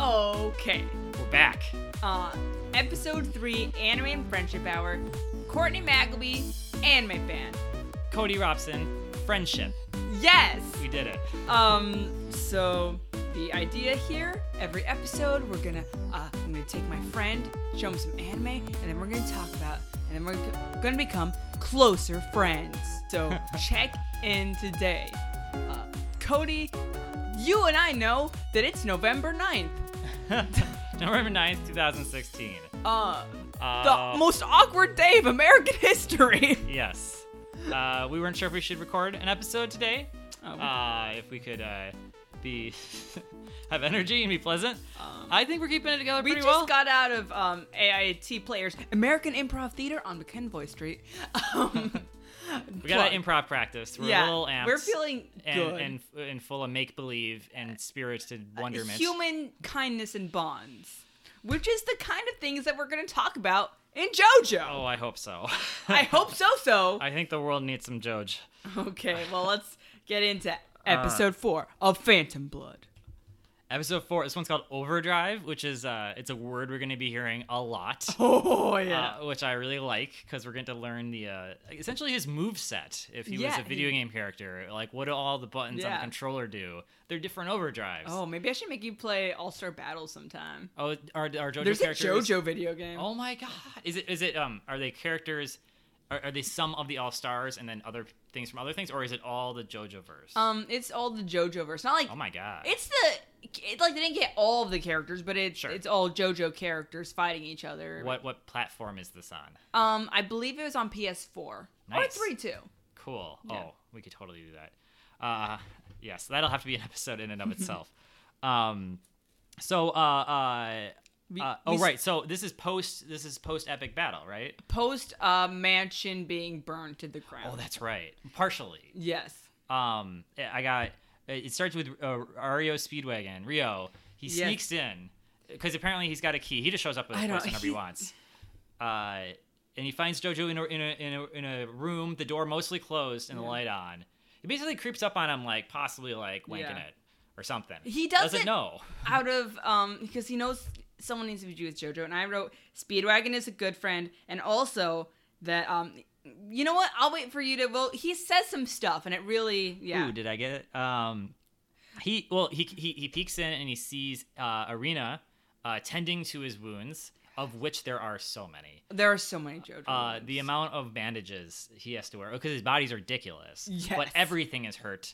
Okay. We're back. Uh, episode 3, Anime and Friendship Hour. Courtney Magleby, anime fan. Cody Robson, friendship. Yes! We did it. Um, so the idea here, every episode, we're gonna, uh, I'm gonna take my friend, show him some anime, and then we're gonna talk about, and then we're g- gonna become closer friends. So check in today. Uh, Cody, you and I know that it's November 9th. November 9th, 2016. Uh, the Uh, most awkward day of American history. Yes. Uh, we weren't sure if we should record an episode today. Oh. Uh, if we could uh, be have energy and be pleasant. Um, I think we're keeping it together We pretty just well. got out of um, AIT Players American Improv Theater on McKenvoy Street. Um, we got plug. an improv practice. We're a little amped. We're feeling good. Uh, and, and and full of make believe and spirited wonderment. Human kindness and bonds, which is the kind of things that we're going to talk about in JoJo. Oh, I hope so. I hope so. So I think the world needs some Joj. okay, well let's get Uh. into episode four of Phantom Blood. Episode four. This one's called Overdrive, which is uh, it's a word we're going to be hearing a lot. Oh yeah. uh, which I really like because we're going to learn the uh, essentially his move set. If he was Yeah, a video he- game character, like what do all the buttons on Yeah. the controller do? They're different overdrives. oh, maybe I should make you play All Star Battle sometime. oh, are, are JoJo There's a characters? JoJo video game. Oh my god, is it is it um are they characters? Are, are they some of the all stars and then other things from other things, or is it all the JoJo verse? Um, it's all the JoJo verse. Not like oh my god, It's the it's like they didn't get all of the characters, but it's Sure. it's all JoJo characters fighting each other. what what platform is this on? Um, I believe it was on PS4 Nice. or three two. Cool. Yeah. Oh, we could totally do that. Uh, yes, that'll have to be an episode in and of itself. um, so, uh, uh, uh, oh right. So this is post. This is post epic battle, right? Post uh mansion being burned to the ground. Oh, that's right. Partially. yes. Um, I got. It starts with uh, Rio Speedwagon. Rio. He Yes. sneaks in because apparently he's got a key. He just shows up with I a don't- person whenever he he- wants. Uh, and he finds Jojo in a, in a in a in a room, the door mostly closed and the light on. He basically creeps up on him, like possibly like wanking Yeah. it or something. He doesn't- doesn't know. Out of um because he knows someone needs to be with JoJo, and I wrote Speedwagon is a good friend, and also that um you know what I'll wait for you to well he says some stuff, and it really yeah Ooh, did I get it? Um, he well, he he he peeks in and he sees uh, Arena uh, tending to his wounds, of which there are so many. there are so many JoJo. Uh, ones. the amount of bandages he has to wear because his body's ridiculous. But Yes. everything is hurt.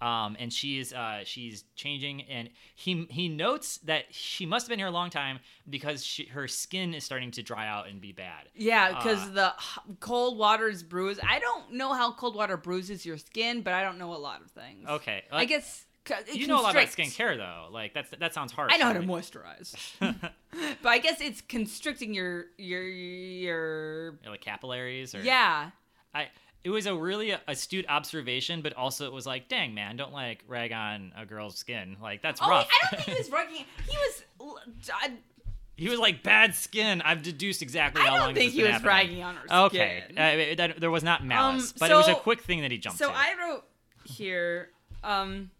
Um, and she's uh, she's changing, and he he notes that she must have been here a long time because she, her skin is starting to dry out and be bad. Yeah, because Uh, the h- cold water's bruise. I don't know how cold water bruises your skin, but I don't know a lot of things. Okay, I guess c- it you know a lot about constricts. skincare though. Like that's that sounds harsh. I know how to Like, moisturize, but I guess it's constricting your your your. like capillaries or Yeah, I it was a really astute observation, but also it was like, dang man, don't like rag on a girl's skin. Like that's Oh, wait, rough. I don't think he was rugging. He was. l- I, he was like bad skin. I've deduced exactly I how long don't this think has he was been ragging happening. on her Okay, skin. uh, it- that, there was not malice, Um, but it was a so- quick thing that he jumped. So to. I wrote here. Um,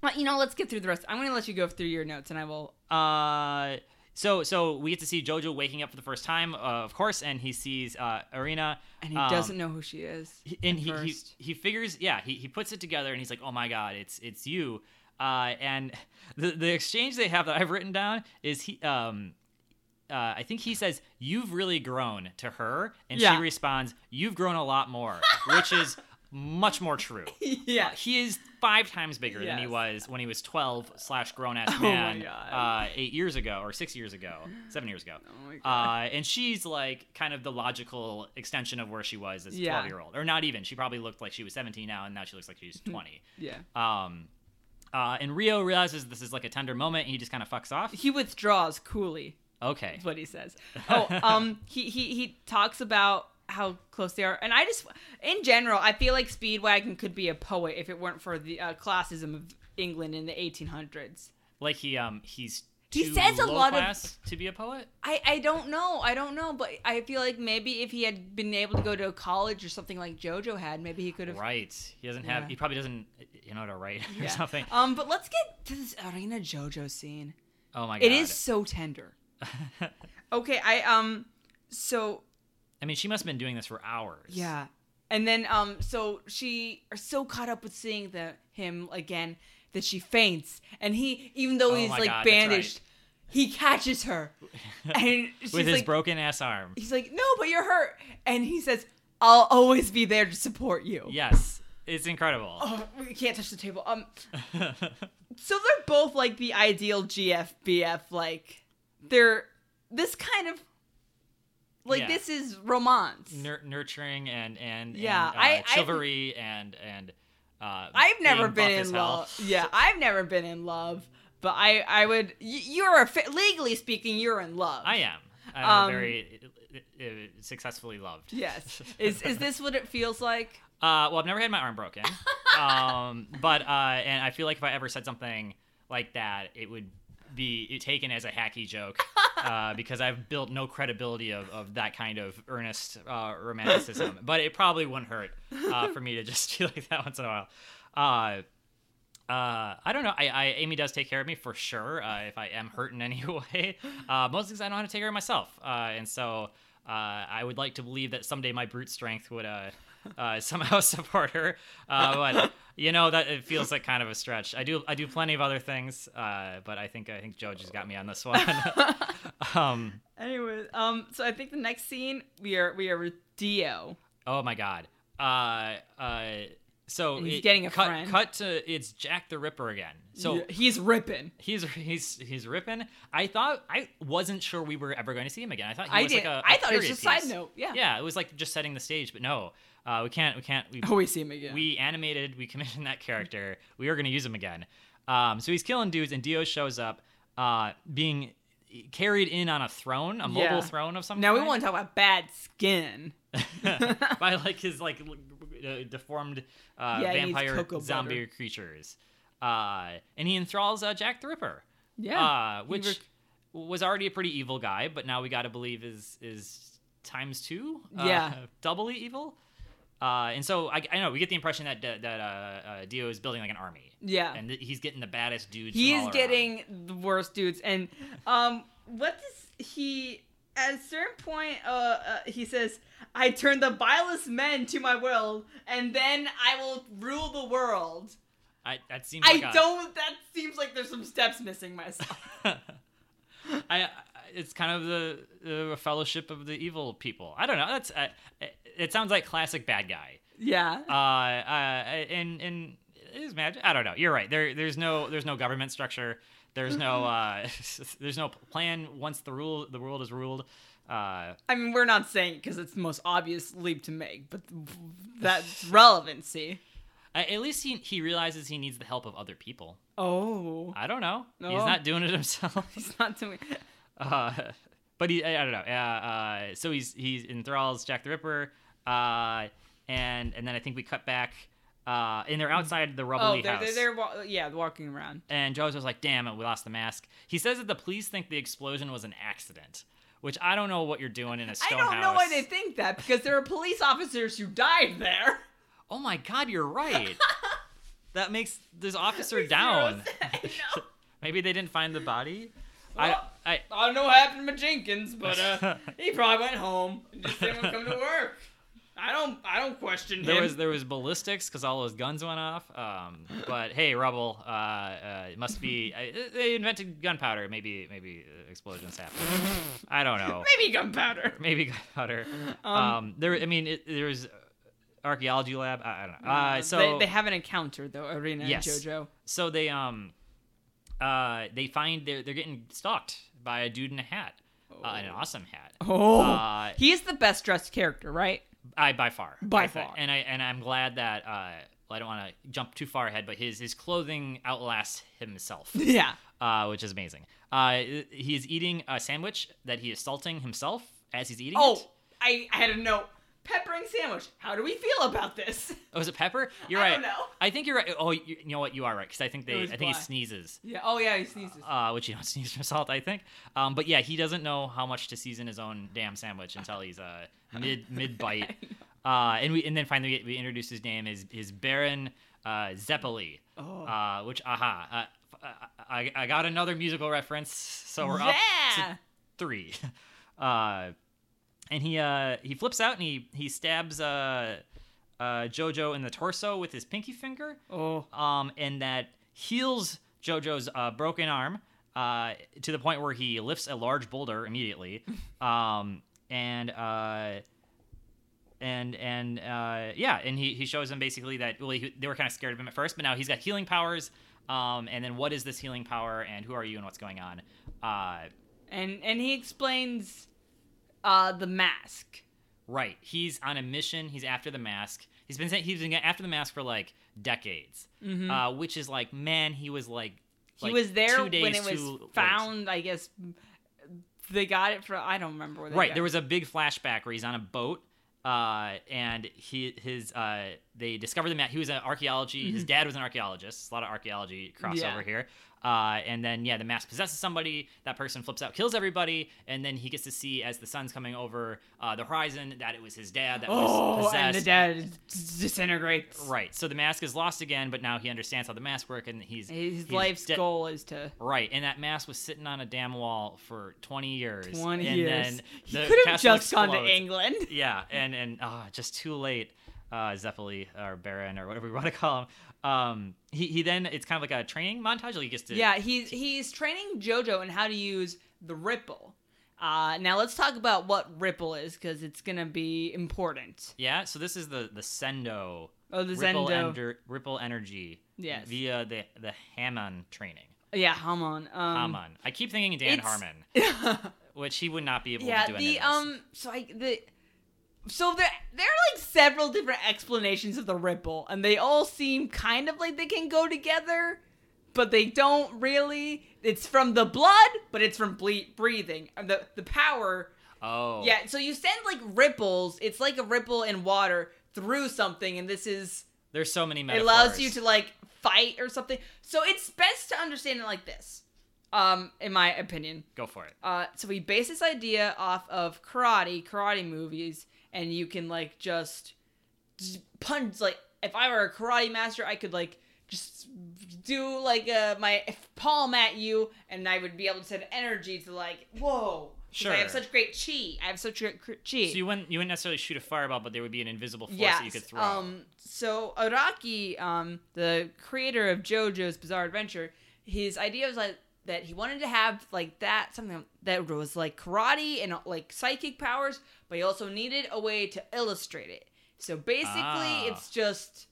well, you know, let's get through the rest. I'm gonna let you go through your notes, and I will. Uh, so so we get to see Jojo waking up for the first time, uh, of course, and he sees uh, Arena, And he um, doesn't know who she is. he- and he, he first. he figures yeah he, he puts it together and he's like oh my god it's it's you uh, and the the exchange they have that I've written down is he um uh, I think he says you've really grown to her and Yeah. she responds you've grown a lot more which is much more true yeah. he is five times bigger than he Yes. Oh was when he was 12 slash grown ass my man God. Uh, eight years ago or six years ago seven years ago Oh my Uh, and she's like kind of the logical extension of where she was as a Yeah. 12 year old or not even she probably looked like she was 17 now and now she looks like she's 20 Yeah. um, uh, and rio realizes this is like a tender moment and he just kind of fucks off He withdraws coolly, okay is what he says. Oh, um, he, he, he talks about how close they are. And I just, in general, I feel like Speedwagon could be a poet if it weren't for the uh, classism of England in the 1800s. like he um he's He too says a low lot of- class to be a poet I, I don't know. I don't know. But I feel like maybe if he had been able to go to college or something like JoJo had, maybe he could have. right he doesn't have Yeah. he probably doesn't you know how to write or Yeah. something Um, but let's get to this Arena JoJo scene. Oh my god. It is so tender. okay, I um so I mean, she must have been doing this for hours. Yeah. And then um so she are so caught up with seeing the him again that she faints and he even though Oh he's my like God, that's right. bandaged he catches her and she's With his like broken ass arm. he's like no but you're hurt and he says I'll always be there to support you. Yes. It's incredible. Oh, we can't touch the table. Um so they're both like the ideal GFBF like they're this kind of like Yeah. this is romance. Nur- nurturing and and Yeah, and, uh, I- I- chivalry and and uh, I've never being been buff as in hell. love. Yeah, I've never been in love, but I I would y- you're a fa- legally speaking you're in love. I am. I'm Um, very uh, uh, successfully loved. Yes. Is is this what it feels like? Uh, well, I've never had my arm broken, um, but uh, and I feel like if I ever said something like that, it would be taken as a hacky joke uh, because I've built no credibility of, of that kind of earnest uh, romanticism. but it probably wouldn't hurt uh, for me to just be like that once in a while. Uh, uh, I don't know. I, I Amy does take care of me for sure. Uh, if I am hurt in any way, uh, most things I know how to take care of myself, uh, and so uh, I would like to believe that someday my brute strength would uh, uh, somehow support her. Uh, but you know that it feels like kind of a stretch. I do I do plenty of other things, uh, but I think I think Joe just got me on this one. um, Anyway, um so I think the next scene we are we are with Dio. oh my god. Uh, uh, so He's getting a cut, friend. Cut to it's Jack the Ripper again. So he's ripping. He's he's he's ripping. I thought I wasn't sure we were ever going to see him again. I thought he I was did. like a, not I I thought it was just side note. Yeah. Yeah, it was like just setting the stage, but no, uh, we can't. We can't. We, Oh, we see him again. we animated. We commissioned that character. We are going to use him again. Um, so he's killing dudes, and Dio shows up, uh, being carried in on a throne, a mobile Yeah. throne of some. now we kind. want to talk about bad skin. by like his like l- uh, deformed uh, Yeah, he needs vampire cocoa zombie butter. creatures, uh, and he enthralls uh, Jack the Ripper. Yeah, uh, he which rec- was already a pretty evil guy, but now we got to believe is is times two. uh, Yeah. doubly evil. Uh, and so I, I know we get the impression that that that, uh, uh, Dio is building like an army, Yeah. and th- he's getting the baddest dudes. from all He's around. getting the worst dudes. And um, what does he? At a certain point, uh, uh, he says, "I turn the vilest men to my world, and then I will rule the world." I, that seems. like I a- don't. That seems like there's some steps missing myself. I, I it's kind of the, the fellowship of the evil people. I don't know. That's I, it sounds like classic bad guy. yeah. Uh, uh and and it is magic. I don't know. You're right. There there's no there's no government structure. There's no uh there's no plan once the rule the world is ruled. Uh I mean, we're not saying because it's the most obvious leap to make, but that's relevancy. a- at least he he realizes he needs the help of other people. Oh, I don't know. He's No. not doing it himself. he's not doing. Uh, but he, I, I don't know. Uh, uh, so he's he's enthralls Jack the Ripper, uh, and and then I think we cut back, uh, and they're outside the Oh, rubbly they're, house. they're, they're wa- yeah, walking around. And Joe's was like, "Damn it, we lost the mask." He says that the police think the explosion was an accident, which I don't know what you're doing in a I stone don't house. know why they think that because there are police officers who died there. oh my God, you're right. that makes this officer Makes zero down. sense. I know. Maybe they didn't find the body. Well, I, I I don't know what happened to Jenkins, but uh, he probably went home and just didn't come to work. I don't. I don't question There him. was there was ballistics because all those guns went off. Um, but hey, rubble. Uh, uh, it must be I, they invented gunpowder. Maybe maybe uh, explosions happen. I don't know. Maybe gunpowder. Maybe gunpowder. Um, there. I mean, it, there was archaeology lab. I, I don't know. Uh, so they, they have an encounter though, Arena Yes. and JoJo. so they um uh they find they're they're getting stalked by a dude in a hat, uh, an awesome hat. Oh, Uh, he is the best dressed character, right? I by far. By I think. far. And I and I'm glad that uh well, I don't want to jump too far ahead, but his his clothing outlasts himself, Yeah. uh, which is amazing. Uh, he is eating a sandwich that he is salting himself as he's eating Oh, it. I, I had a note. Peppering sandwich. How do we feel about this? Oh, is it pepper? You're I right. don't know. I think you're right. Oh, you, you know what? You are right because I think they. It I was think he black. sneezes. Yeah. Oh yeah, he sneezes. Uh, which you don't sneeze from salt, I think. Um, but yeah, he doesn't know how much to season his own damn sandwich until he's uh, mid mid bite. Uh, and we and then finally we, we introduce his name is is Baron uh, Zeppeli, Oh. uh, which aha, uh, I, I got another musical reference, so we're up yeah. to three. Uh, and he uh, he flips out and he he stabs uh, uh, Jojo in the torso with his pinky finger. oh, Um, and that heals Jojo's uh, broken arm uh, to the point where he lifts a large boulder immediately. Um, and uh, and and uh, yeah, and he, he shows him basically that well he, they were kind of scared of him at first, but now he's got healing powers. Um, and then what is this healing power, and who are you, and what's going on? Uh, and and he explains uh the mask. Right. He's on a mission. He's after the mask. He's been saying he's been after the mask for like decades, uh, which is like man, he was like Mm-hmm. He like, was there two days when it was too late. found. I guess they got it from. I don't remember where. They Right. got There it. was a big flashback where he's on a boat, uh, and he his uh, they discovered the map. He was an archaeology. His dad was an archaeologist. It's a lot of archaeology crossover Mm-hmm. Yeah. here. Uh, and then yeah, the mask possesses somebody. That person flips out, kills everybody, and then he gets to see as the sun's coming over uh, the horizon that it was his dad that Oh, was possessed. and the dead disintegrates. Right. So the mask is lost again, but now he understands how the mask work, and he's His he's life's de- goal is to. Right, and that mask was sitting on a damn wall for twenty years. 20 and years. Then He the could have castle just gone to explodes. England. Yeah, and and ah, just too late. Uh, Zeppeli or Baron or whatever we want to call him. Um, he he then it's kind of like a training montage. Like he gets to Yeah, he's he's training JoJo in how to use the ripple. Uh, now let's talk about what ripple is because it's gonna be important. yeah. So this is the the sendo Oh, the ripple, Zendo. ender- ripple energy. Yes. Via the the Hammon training. yeah, Hamon. Um, Hammon. I keep thinking Dan it's- Harmon, which he would not be able yeah, to do. any the of this. um. So I the. So there, there are like several different explanations of the ripple, and they all seem kind of like they can go together, but they don't really. It's from the blood, but it's from ble- breathing. And The the power Oh. Yeah, so you send like ripples. It's like a ripple in water through something, and this is There's so many it metaphors. allows you to like fight or something. So it's best to understand it like this, um, in my opinion. go for it. Uh, so we base this idea off of karate, karate movies, and you can like just, just punch. Like if I were a karate master, I could like just do like uh, my palm at you, and I would be able to send energy to like whoa. 'Cause I have Sure. such great chi. I have such great chi. So you wouldn't you wouldn't necessarily shoot a fireball, but there would be an invisible force that you could throw. Um, so Araki, um, the creator of JoJo's Bizarre Adventure, his idea was like that he wanted to have like that something that was like karate and uh, like psychic powers, but he also needed a way to illustrate it. So basically, Ah. it's just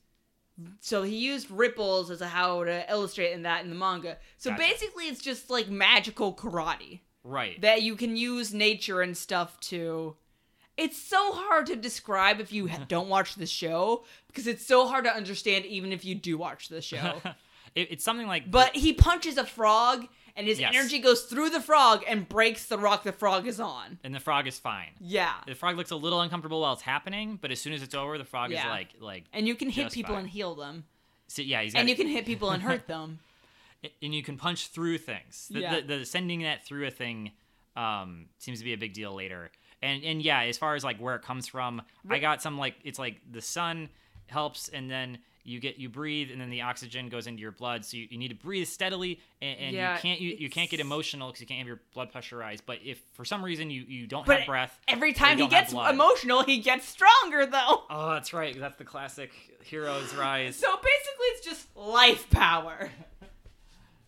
so he used ripples as a how to illustrate in that in the manga. So Gotcha. basically, it's just like magical karate right. that you can use nature and stuff to. It's so hard to describe if you ha- don't watch the show because it's so hard to understand even if you do watch the show. It- it's something like but he punches a frog and his Yes. energy goes through the frog and breaks the rock the frog is on. and the frog is fine. Yeah. The frog looks a little uncomfortable while it's happening, but as soon as it's over, the frog is Yeah. like like And you can hit Just people fine. and heal them. so, yeah. He's And gotta- you can hit people and hurt them. and you can punch through things. The, Yeah. the, the sending that through a thing um, seems to be a big deal later. And and yeah, as far as like where it comes from, I got some like it's like the sun helps, and then you get you breathe, and then the oxygen goes into your blood. So you, you need to breathe steadily, and, and Yeah, you can't you, you can't get it's- emotional because you can't have your blood pressurized. But if for some reason you you don't But have breath, or Every you time he don't have gets blood- emotional, he gets stronger though. Oh, that's right. That's the classic hero's rise. So basically, it's just life power.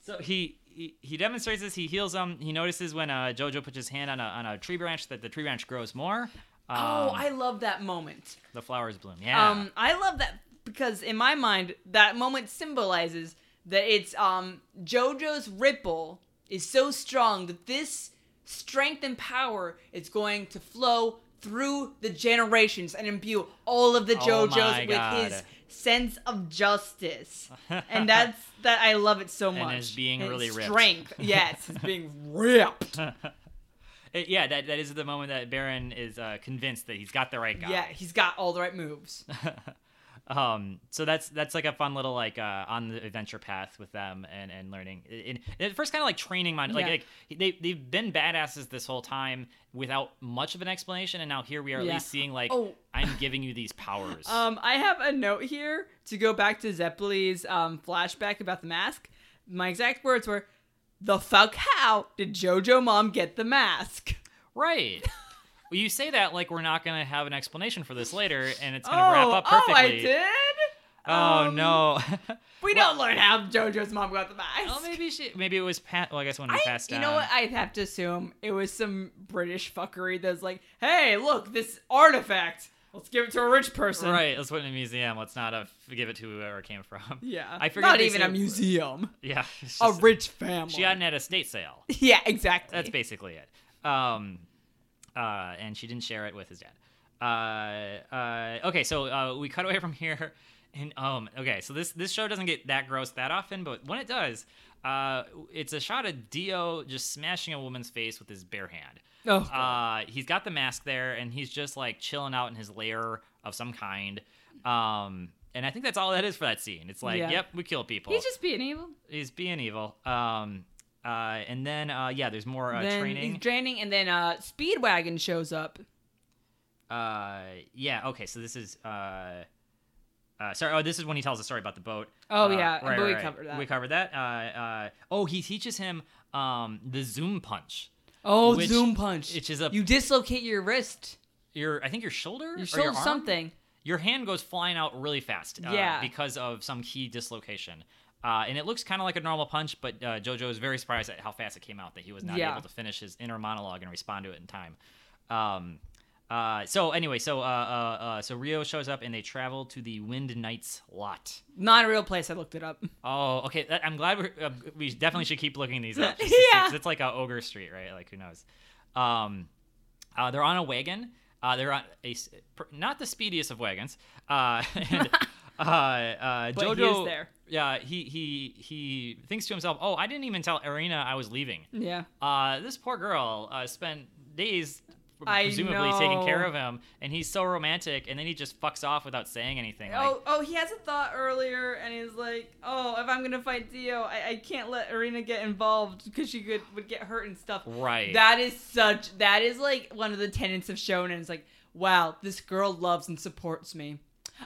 So he, he he demonstrates this. He heals them. He notices when uh, Jojo puts his hand on a on a tree branch that the tree branch grows more. Um, oh, I love that moment. the flowers bloom. Yeah. Um, I love that because in my mind, that moment symbolizes that it's um JoJo's ripple is so strong that this strength and power is going to flow through the generations and imbue all of the Oh JoJos my with God. his sense of justice. and that's that I love it so much. his being really his ripped. Strength. Yes, it's being ripped. It- yeah. That that is the moment that Baron is uh, convinced that he's got the right guy. Yeah, he's got all the right moves. Um. So that's that's like a fun little like uh, on the adventure path with them and and learning. And and at first, kind of like training mind. Like, Yeah. like they they've been badasses this whole time without much of an explanation, and now here we are Yeah. at least seeing like Oh. I'm giving you these powers. Um, I have a note here to go back to Zeppeli's um, flashback about the mask. my exact words were, "The fuck how did JoJo mom get the mask?" Right. well, you say that like we're not gonna have an explanation for this later, and it's gonna wrap up perfectly. oh, I did. Oh Um, no. We don't learn how JoJo's mom got the mask. well, maybe she. Maybe it was pa- Well, I guess when it oh, I, was passed you down. know what? I'd have to assume it was some British fuckery that's like, "Hey, look, this artifact. Let's give it to a rich person." Right, let's put it in a museum. Let's not uh, give it to whoever it came from. Yeah. I forget Not they even say- a museum. Yeah, it's A just- rich family. she got it at a state sale. yeah, exactly. That's basically it. Um, uh, and she didn't share it with his dad. Uh, uh, okay, so uh, we cut away from here, and um, okay, so this this show doesn't get that gross that often, but when it does, uh, it's a shot of Dio just smashing a woman's face with his bare hand. Oh, God. Uh, he's got the mask there, and he's just like chilling out in his lair of some kind. Um, and I think that's all that is for that scene. It's like, Yeah. yep, we kill people. he's just being evil. He's being evil. Um, uh, and then uh, yeah, there's more uh, then training. He's training, and then uh, Speedwagon shows up. uh, yeah. Okay. So this is uh, uh, sorry. Oh, this is when he tells the story about the boat. Oh, Uh, yeah, right, but we right, right. covered that. We covered that. Uh, uh, oh, he teaches him um the zoom punch. Oh, Which- zoom punch! which is a- you dislocate your wrist, Your I think your shoulder, your or shoulder, your arm? something. Your hand goes flying out really fast. Uh, Yeah. Because of some key dislocation. Uh, and it looks kind of like a normal punch, but uh, JoJo is very surprised at how fast it came out that he was not Yeah. able to finish his inner monologue and respond to it in time. Um, uh, so anyway, so uh, uh, uh, so Rio shows up and they travel to the Wind Knights lot. Not a real place. I looked it up. Oh, okay. That, I'm glad we're, uh, we definitely should keep looking these up. just to Yeah. see, 'cause it's like uh, Ogre Street, right? Like who knows? Um, uh, they're on a wagon. Uh, they're on a s- pr- not the speediest of wagons. Uh, and, uh, uh, But he Jojo is there. Yeah, he he he thinks to himself, "Oh, I didn't even tell Arena I was leaving. Yeah, Uh, this poor girl uh, spent days." I Presumably taking care know. of him, and he's so romantic, and then he just fucks off without saying anything. like- oh, oh, he has a thought earlier, and he's like, "Oh, if I'm gonna fight Dio, I, I can't let Arena get involved because she could would get hurt and stuff." right. That is such. That is like one of the tenets of shonen. It's like, wow, this girl loves and supports me.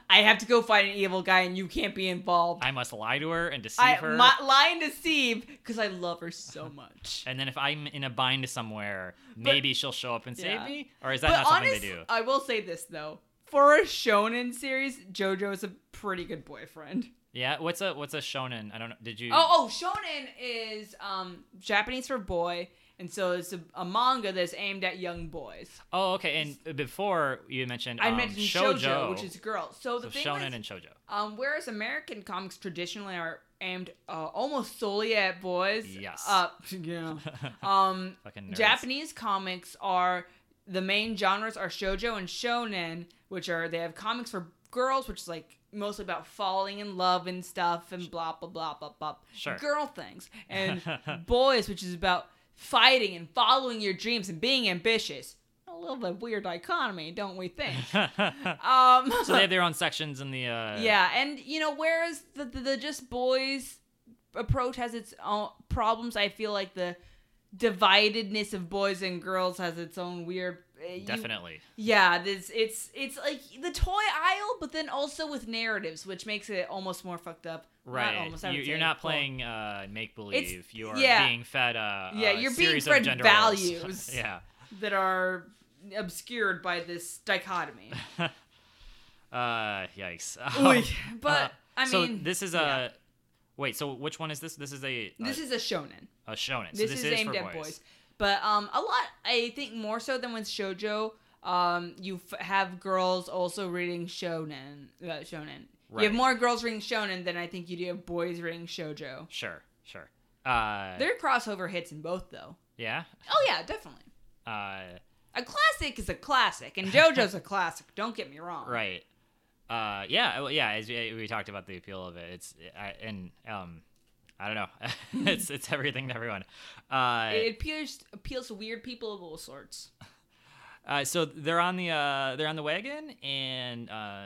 I have to go fight an evil guy, and you can't be involved. I must lie to her and deceive I her. my, lie and deceive because I love her so much. and then if I'm in a bind somewhere, maybe she'll show up and save Yeah. me. Or is that But not something honest, they do? I will say this though: for a shonen series, JoJo is a pretty good boyfriend. Yeah. What's a what's a shonen? I don't know. Did you? Oh, oh, shonen is um Japanese for boy, and so it's a, a manga that's aimed at young boys. Oh, okay. And before you mentioned, I um, mentioned shoujo, shoujo, which is girls. So so the thing shonen is, and shojo. Um, whereas American comics traditionally are aimed uh, almost solely at boys. Yes. Uh, yeah. Um, Fucking nerds. Japanese comics are the main genres are shojo and shonen, which are they have comics for girls, which is like mostly about falling in love and stuff and blah blah blah blah blah. Sure. Girl things and boys, which is about fighting and following your dreams and being ambitious. A little bit weird dichotomy, don't we think? Um, so they have their own sections in the. Uh, yeah, and you know, whereas the the, the just boys approach has its own problems, I feel like the dividedness of boys and girls has its own weird. uh, you- Definitely. yeah, this it's it's like the toy aisle, but then also with narratives, which makes it almost more fucked up. Not Right. almost, I would you, you're say, not full. playing uh, make believe. You are yeah. being fed. Uh, Yeah, a you're being series of fed gender roles. values. yeah. that are obscured by this dichotomy. Uh, yikes. Oy, but Uh, I so mean, this is a yeah. wait. So which one is this? This is a this is a shonen. a shonen. this, Oh, so is, this is aimed for at boys. But um, a lot, I think, more so than with shojo, um, you f- have girls also reading shonen. Uh, shonen. You Right. have more girls reading shonen than I think you do have boys reading shojo. Sure, sure. Uh, There are crossover hits in both, though. yeah. Oh yeah, definitely. Uh, A classic is a classic, and JoJo's a classic. Don't get me wrong. right. Uh, yeah, well, yeah. As we, we talked about the appeal of it, it's I, and um, I don't know. it's it's everything to everyone. Uh, It appeals appeals to weird people of all sorts. uh, so they're on the uh, they're on the wagon and. Uh,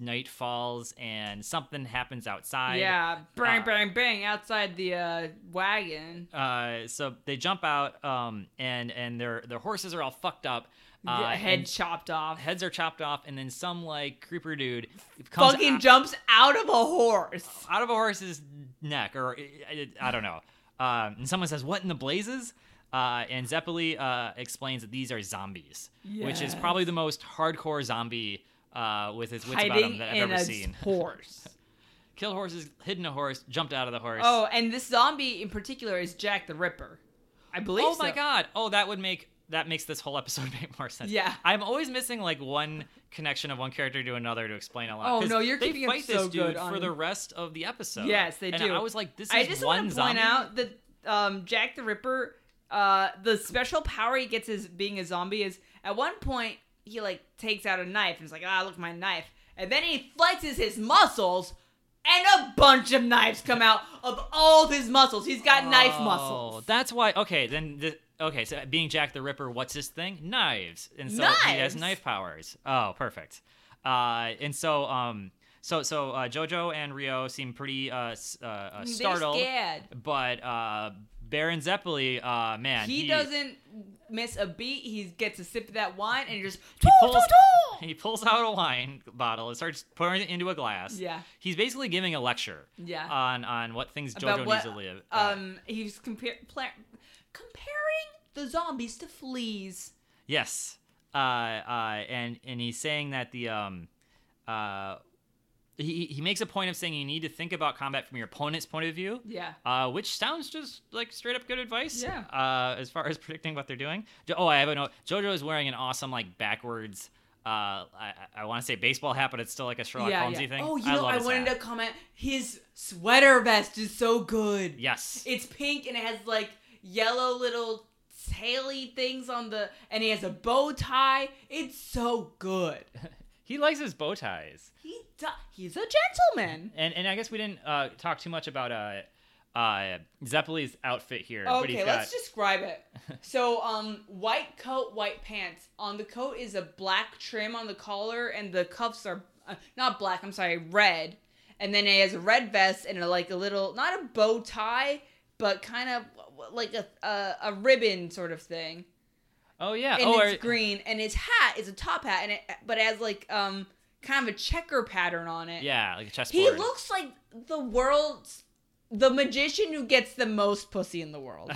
Night falls and something happens outside. yeah, bang, uh, bang, bang outside the uh, wagon. Uh, so they jump out, um, and and their their horses are all fucked up. Uh, Get head and chopped off. heads are chopped off, and then some like creeper dude comes Fucking out, jumps out of a horse. out of a horse's neck, or I, I- I don't know. Um, and someone says, "What in the blazes?" Uh, and Zeppeli uh, explains that these are zombies, which is probably the most hardcore zombie uh, with his wits about him hiding that I've in ever a seen. horse. Killed horses, hidden a horse, jumped out of the horse. Oh, and this zombie in particular is Jack the Ripper. I believe. Oh my so. god! Oh, that would make that makes this whole episode make more sense. Yeah. I'm always missing like one connection of one character to another to explain a lot. Oh, 'Cause no, you're they keeping up fight so this dude good on- for the rest of the episode. Yes, they and do. I was like, this is I just one want to zombie. point out that um, Jack the Ripper, uh, the special power he gets as being a zombie is at one point he like takes out a knife and is like, ah, look my knife, and then he flexes his muscles, and a bunch of knives come out of all of his muscles. He's got knife Oh, muscles. That's why. Okay, then. The, okay, so being Jack the Ripper, what's his thing? Knives, and so he Knives? has knife powers. Oh, perfect. Uh, and so um, so so uh, Jojo and Rio seem pretty uh, s- uh, uh They startled, scared. but uh, Baron Zeppeli, uh, man, He, he doesn't miss a beat. He gets a sip of that wine and just pulls, Oh, he pulls out a wine bottle and starts pouring it into a glass. Yeah. He's basically giving a lecture Yeah. on on what things Jojo about what, needs to live. uh, Um, he's compar- pla- comparing the zombies to fleas. Yes. Uh, uh, and and he's saying that the um, uh, he he makes a point of saying you need to think about combat from your opponent's point of view. Yeah. Uh, which sounds just like straight up good advice. Yeah. Uh, as far as predicting what they're doing. Jo- oh, I have a note. JoJo is wearing an awesome like backwards. Uh, I, I want to say baseball hat, but it's still like a Sherlock yeah, Holmesy yeah. thing. Oh, you know, love I his wanted hat. to comment. His sweater vest is so good. Yes. It's pink and it has like yellow little taily things on the, and he has a bow tie. It's so good. he likes his bow ties. He do- he's a gentleman. And and I guess we didn't uh, talk too much about uh, uh, Zeppeli's outfit here. but he's Okay, got, let's describe it. So, um, white coat, white pants. On the coat is a black trim on the collar, and the cuffs are uh, not black. I'm sorry, red. And then it has a red vest and a, like a little, not a bow tie, but kind of like a a, a ribbon sort of thing. Oh yeah. And oh, it's or- green. And his hat is a top hat, and it but it has like um kind of a checker pattern on it. yeah, like He a chessboard. looks like the world's the magician who gets the most pussy in the world.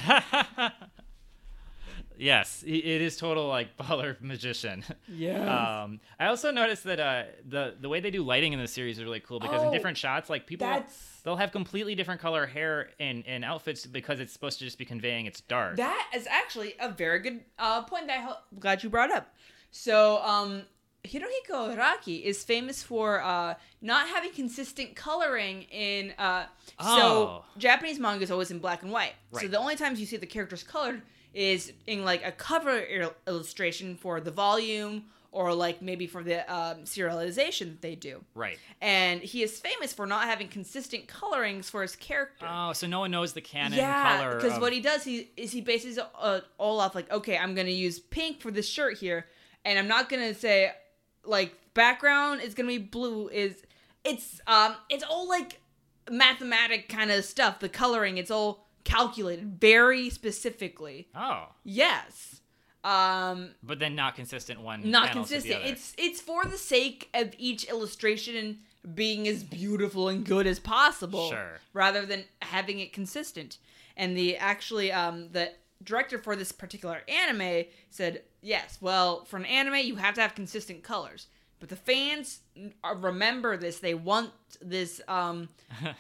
yes, i- it is total like baller magician. Yeah. Um, I also noticed that uh, the the way they do lighting in this series is really cool because in Oh, different shots, like people will- that's- they'll have completely different color hair and, and outfits because it's supposed to just be conveying it's dark. That is actually a very good uh, point that I'm glad you brought up. So, um, Hirohiko Araki is famous for uh, not having consistent coloring in. Uh, Oh. So, Japanese manga is always in black and white. So, Right. the only times you see the characters colored is in like a cover il- illustration for the volume or like maybe for the um, serialization that they do. right. And he is famous for not having consistent colorings for his character Oh, so no one knows the canon color. because of- what he does he is he bases uh, all off like okay i'm gonna use pink for this shirt here and i'm not gonna say like background is gonna be blue is it's um it's all like mathematic kind of stuff the coloring it's all calculated very specifically Oh, yes um but then not consistent one. not panel to um, the consistent other. it's it's for the sake of each illustration being as beautiful and good as possible Sure. rather than having it consistent and the actually um the director for this particular anime said yes well for an anime you have to have consistent colors but the fans uh, remember this they want this um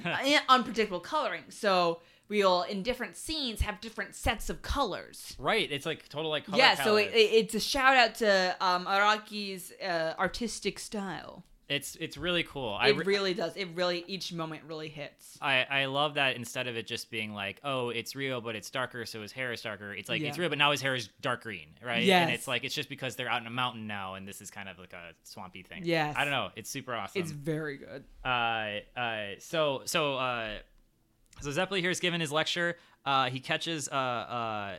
un- unpredictable coloring so we'll in different scenes have different sets of colors right. It's like total like color. yeah, so it, palette. it, it's a shout out to um, Araki's uh, artistic style. it's it's really cool. I It re- really does. It really each moment really hits. I, I love that instead of it just being like, oh, it's Rio, but it's darker, so his hair is darker. It's like it's Yeah. Rio, but now his hair is dark green, right? And Yes. it's like it's just because they're out in a mountain now, and this is kind of like a swampy thing. Yes. I don't know. It's super awesome. It's very good. Uh, uh, so so uh, so Zeppeli here is giving his lecture. Uh, he catches uh, uh,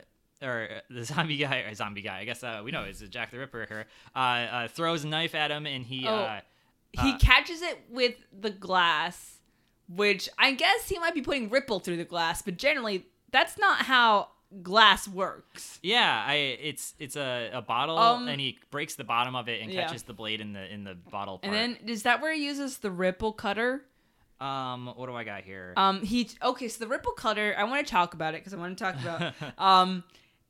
or uh, the zombie guy or zombie guy. I guess uh, we know it's Jack the Ripper here. Uh, uh, throws a knife at him, and he Oh. uh, he catches it with the glass, which I guess he might be putting ripple through the glass, but generally that's not how glass works. Yeah, I it's it's a, a bottle Um, and he breaks the bottom of it and yeah. catches the blade in the in the bottle part. And then is that where he uses the ripple cutter? Um, what do I got here? Um, he okay. So the ripple cutter. I want to talk about it because I want to talk about. um,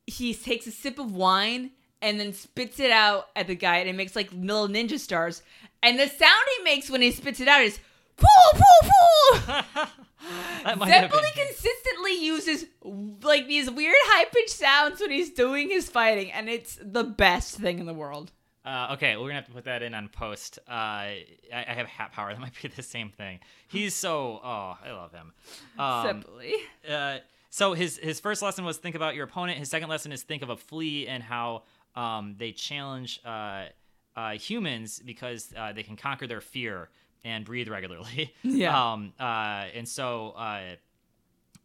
he takes a sip of wine and then spits it out at the guy, and it makes like little ninja stars. And the sound he makes when he spits it out is poo poo poo. that might have been- Zeppeli consistently uses like these weird high pitched sounds when he's doing his fighting, and it's the best thing in the world. Uh, okay, we're gonna have to put that in on post. Uh, I, I have hat power. That might be the same thing. He's so oh, I love him. Um, Zeppeli. uh, so his his first lesson was think about your opponent. His second lesson is think of a flea and how um, they challenge uh, uh, humans because uh, they can conquer their fear and breathe regularly. Yeah. Um, uh, and so uh,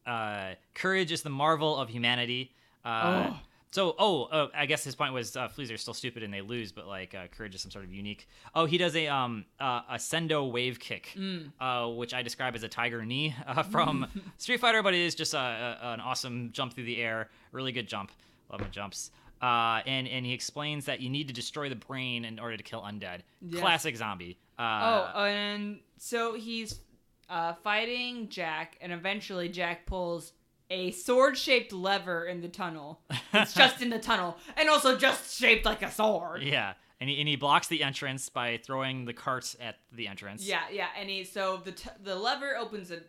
uh, courage is the marvel of humanity. Uh, Oh. So, oh, uh, I guess his point was uh, fleas are still stupid and they lose, but like uh, courage is some sort of unique. Oh, he does a um uh, a sendo wave kick, Mm. uh, which I describe as a tiger knee uh, from Street Fighter, but it is just a, a, an awesome jump through the air. Really good jump. Love my jumps. Uh, and and he explains that you need to destroy the brain in order to kill undead. Yes. Classic zombie. Uh, Oh, and so he's uh, fighting Jack, and eventually Jack pulls a sword-shaped lever in the tunnel. It's just in the tunnel, and also just shaped like a sword. Yeah, and he, and he blocks the entrance by throwing the cart at the entrance. Yeah, yeah, and he so the t- the lever opens a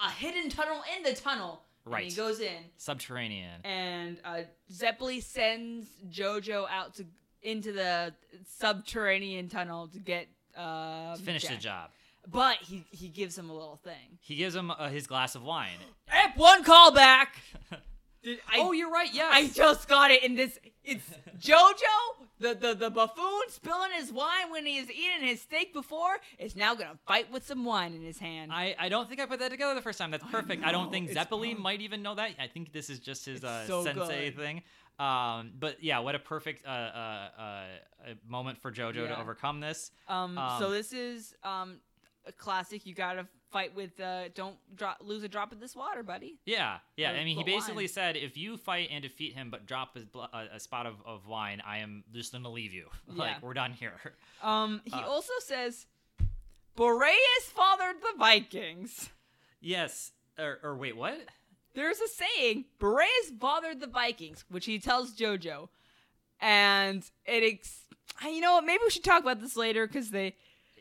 a hidden tunnel in the tunnel. And Right. he goes in, Subterranean. and uh, Zeppeli sends JoJo out to into the subterranean tunnel to get uh, Finish the Jack. job. But he he gives him a little thing. He gives him uh, his glass of wine. Ep one callback. Did I, oh, you're right. Yes. I just got it in this. It's JoJo, the, the the buffoon, spilling his wine when he has eaten his steak before. Is now gonna fight with some wine in his hand. I, I don't think I put that together the first time. That's perfect. I, know, don't think it's Zeppeli wrong. might even know that. I think this is just his It's uh, so sensei good. thing. Um, but yeah, what a perfect uh, uh, uh, uh, moment for JoJo Yeah. to overcome this. um, um, so this is um, a classic. You gotta fight with. Uh, don't drop, lose a drop of this water, buddy. Yeah, yeah. Or I mean, he the wine. basically said, if you fight and defeat him, but drop his bl- a, a spot of, of wine, I am just gonna leave you. Yeah. like we're done here. Um, he Uh. also says, Boreas fathered the Vikings. Yes. Or, or wait, what? there's a saying Boreas bothered the Vikings, which he tells JoJo, and it. Ex- I- you know what? Maybe we should talk about this later because they.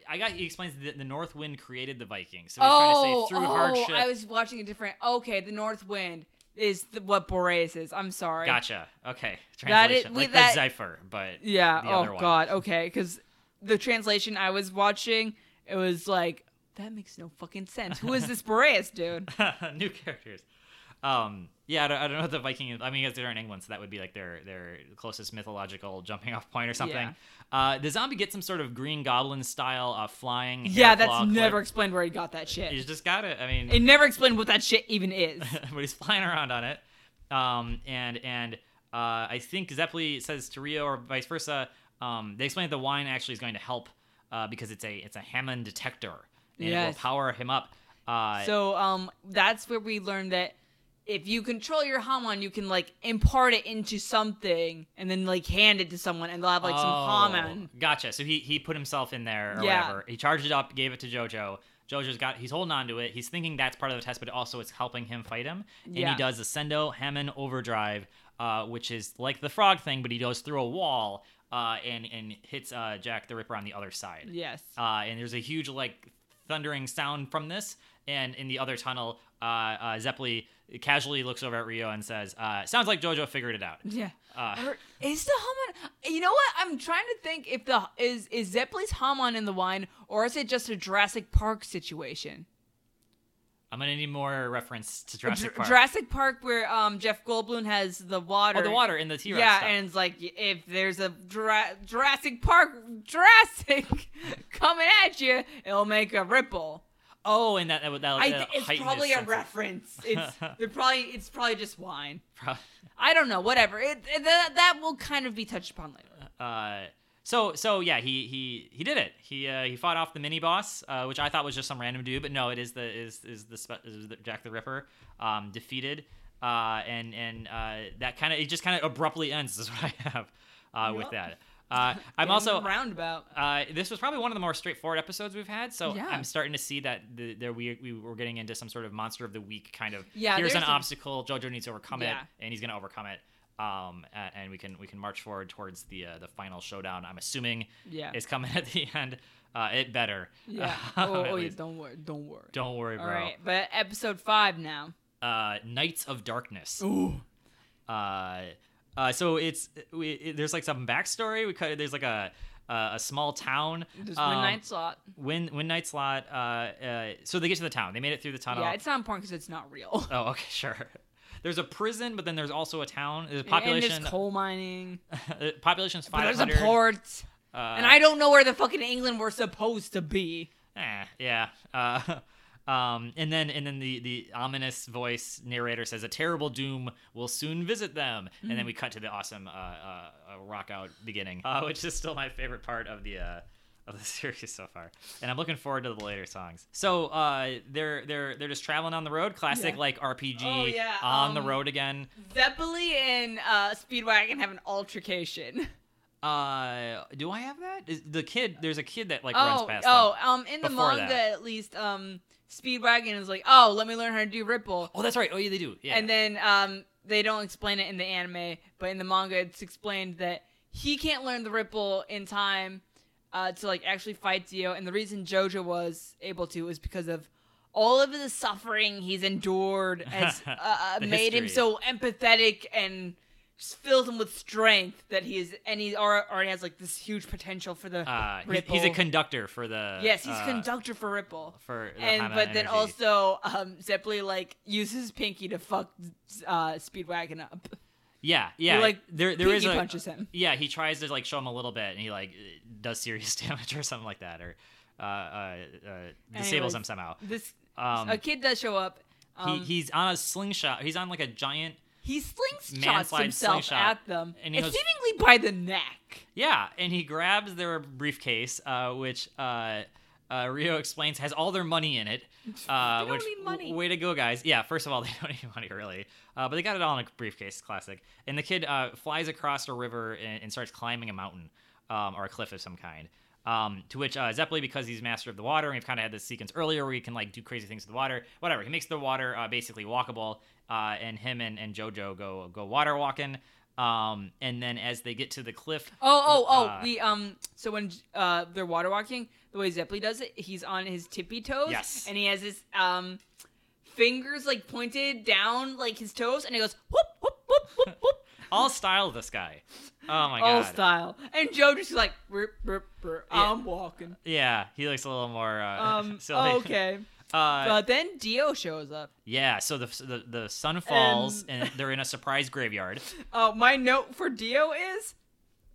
I got he explains that the North Wind created the Vikings. So he's trying to say through hardship. Oh, I was watching a different. Okay, the North Wind is the, what Boreas is. I'm sorry. Gotcha. Okay. That is- Translation. we- like that- the Zephyr, but Yeah. The other Oh one. God. Okay, because the translation I was watching, it was like that makes no fucking sense. Who is this Boreas dude? new characters. Um, yeah, I don't, I don't know what the Viking. Is. I mean, I guess they're in England, so that would be like their their closest mythological jumping off point or something. Yeah. Uh, the zombie gets some sort of Green Goblin style uh, flying. yeah, hair that's claw clip. never explained where he got that shit. He's just got it. I mean, It never explained what that shit even is. but he's flying around on it. Um, and and uh, I think Zeppeli says to Rio or vice versa. Um, they explain that the wine actually is going to help uh, because it's a it's a Hammond detector and it will Yes. power him up. Uh, So um, that's where we learned that if you control your Hamon, you can like impart it into something and then like hand it to someone, and they'll have like some Hamon. Oh, Gotcha. So he he put himself in there or Yeah. whatever. He charged it up, gave it to Jojo. Jojo's got he's holding on to it. He's thinking that's part of the test, but also it's helping him fight him. And Yeah. he does the Sendo Hammond overdrive, uh, which is like the frog thing, but he goes through a wall uh, and and hits uh, Jack the Ripper on the other side. Yes. Uh, and there's a huge like thundering sound from this. And in the other tunnel, uh, uh, Zeppeli casually looks over at Rio and says, uh, "Sounds like Jojo figured it out." Yeah. Uh, Or- is the Hamon? You know what? I'm trying to think if the is is Zeppeli's Hamon in the wine, or is it just a Jurassic Park situation? I'm gonna need more reference to A Jurassic Ju- Park. Jurassic Park, where um Jeff Goldblum has the water. Oh, the water in the T-Rex. Yeah, stuff. and it's like if there's a Jura- Jurassic Park Jurassic coming at you, it'll make a ripple. oh, and that that would that, I that th- it's heightened probably his a sense of- reference. It's they're probably it's probably just wine. Pro- I don't know. Whatever. It, it- that that will kind of be touched upon later. Uh, so so yeah, he he he did it. He uh, he fought off the mini boss, uh, which I thought was just some random dude, but no, it is the is is the, spe- is the Jack the Ripper um, defeated, uh, and and uh, that kind of it just kind of abruptly ends. Is what I have uh, Yup. with that. Uh, I'm also roundabout. uh, this was probably one of the more straightforward episodes we've had, so Yeah. I'm starting to see that the, there we we were getting into some sort of monster of the week kind of. Yeah, here's an there's some- obstacle. JoJo needs to overcome Yeah. it, and he's gonna overcome it. Um, a- and we can we can march forward towards the uh, the final showdown. I'm assuming Yeah. is coming at the end. Uh, it better. Yeah. Um, oh, at oh yeah, least. don't worry. Don't worry. Don't worry, All bro. right, but episode five now. Uh, Knights of Darkness. Ooh. uh, uh, so it's we, it, there's like some backstory. We cut, there's like a uh, a small town. Just um, one night slot. Win Win Night's lot. Uh, uh, so they get to the town. They made it through the tunnel. Yeah, it's not important because it's not real. oh, okay, sure. There's a prison, but then there's also a town. There's a And population. there's coal mining. population's But five there's a hundred. port. Uh, and I don't know where the fucking England we're supposed to be. eh, yeah. Uh, um, and then and then the the ominous voice narrator says a terrible doom will soon visit them. And Mm. then we cut to the awesome uh, uh, uh, rock out beginning, uh, which is still my favorite part of the. Uh, of the series so far, and I'm looking forward to the later songs. So uh, they're they're they're just traveling on the road, classic Yeah. like RPG Oh, yeah, on the um, road again. Zeppeli and uh, Speedwagon have an altercation. Uh, do I have that? Is the kid? There's a kid that like runs Oh, past. oh, them. um, in the Before manga that. at least, um, Speedwagon is like, oh, let me learn how to do Ripple. oh, that's right. Oh yeah, they do. Yeah. And then um, they don't explain it in the anime, but in the manga, it's explained that he can't learn the ripple in time uh, to like actually fight Dio. And the reason Jojo was able to is because of all of the suffering he's endured has uh, uh, The made him history. so empathetic and s- filled him with strength that he is, and he al- already has like this huge potential for the uh, he- ripple. he's a conductor for the. yes, he's uh, conductor for ripple for the and Hana but then energy. also um Zeppeli like uses Pinky to fuck uh Speedwagon up. yeah, yeah, like, like there there is Pinky a punches him. yeah. He tries to like show him a little bit, and he like does serious damage or something like that, or uh, uh, uh, disables Anyways, him somehow. This Um, a kid does show up. Um, he, he's on a slingshot. He's on like a giant. he slingshots manslides himself slingshot, at them, and he and goes- seemingly by the neck. Yeah, and he grabs their briefcase, uh, which uh, uh, Rio explains has all their money in it. Uh, They don't which, need money. Way to go, guys! Yeah, first of all, they don't need money really, uh, but they got it all in a briefcase. Classic. And the kid uh, flies across a river and, and starts climbing a mountain um, or a cliff of some kind. Um, to which uh, Zeppeli, because he's master of the water, and we've kind of had this sequence earlier where he can like do crazy things with the water. Whatever, he makes the water uh, basically walkable, uh, and him and, and JoJo go go water walking. Um, and then as they get to the cliff, Oh oh oh! Uh, we um so when uh they're water walking, the way Zeppeli does it, he's on his tippy toes. Yes. and he has his um fingers like pointed down like his toes, and he goes whoop whoop whoop whoop whoop. All style this guy. Oh my All god. style. And Joe just like, "Rip, rip, rip, Yeah. I'm walking. Yeah, he looks a little more uh, Um, silly. okay. Uh, But then Dio shows up. yeah, so the, the the sun falls And- and they're in a surprise graveyard. Oh, my note for Dio is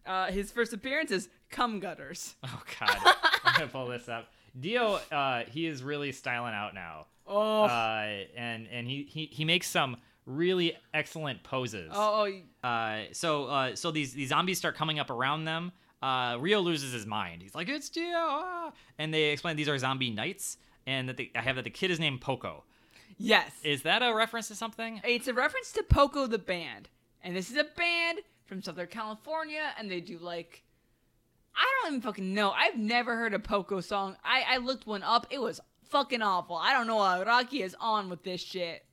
uh, his first appearance is cum gutters. Oh god. I'm going to pull this up. Dio uh, he is really styling out now. Oh, Uh, and and he, he he makes some really excellent poses. oh, oh, Uh, so uh, so these these zombies start coming up around them. Uh, Rio loses his mind. He's like, "It's Dio!" ah!" And they explain these are zombie knights, and that they, I have that the kid is named Poco. yes. Is that a reference to something? It's a reference to Poco the band. And this is a band from Southern California, and they do like. I don't even fucking know. I've never heard a Poco song. I, I looked one up. It was fucking awful. I don't know why Rocky is on with this shit.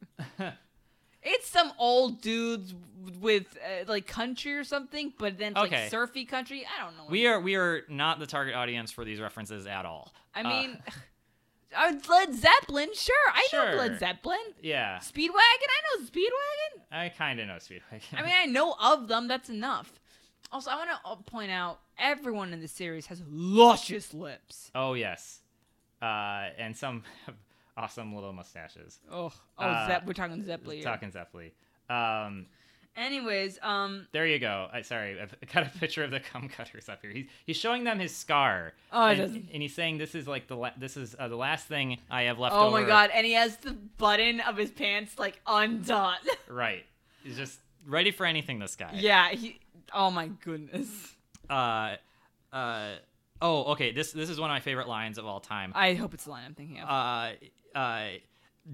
it's some old dudes with uh, like country or something, but then it's Okay. like surfy country. I don't know. We are we are not the target audience for these references at all. I Uh, mean, uh, Led Zeppelin, sure. I Sure. know Led Zeppelin. yeah, Speedwagon, I know Speedwagon. I kind of know Speedwagon. I mean, I know of them. That's enough. Also, I want to point out everyone in the series has luscious lips. oh yes, uh, and some awesome little mustaches. Oh, oh, Uh, Zep, we're talking Zeppeli. here. Talking Zeppeli. Um, Anyways, um, there you go. I, sorry, I've got a picture of the cum cutters up here. He's, he's showing them his scar. Oh, it and, doesn't- and he's saying this is like the la- this is uh, the last thing I have left. oh my over." god, and he has the button of his pants like undone. Right, he's just ready for anything. This guy. yeah, he. Oh my goodness. Uh, uh, oh, okay. This this is one of my favorite lines of all time. I hope it's the line I'm thinking of. uh, uh,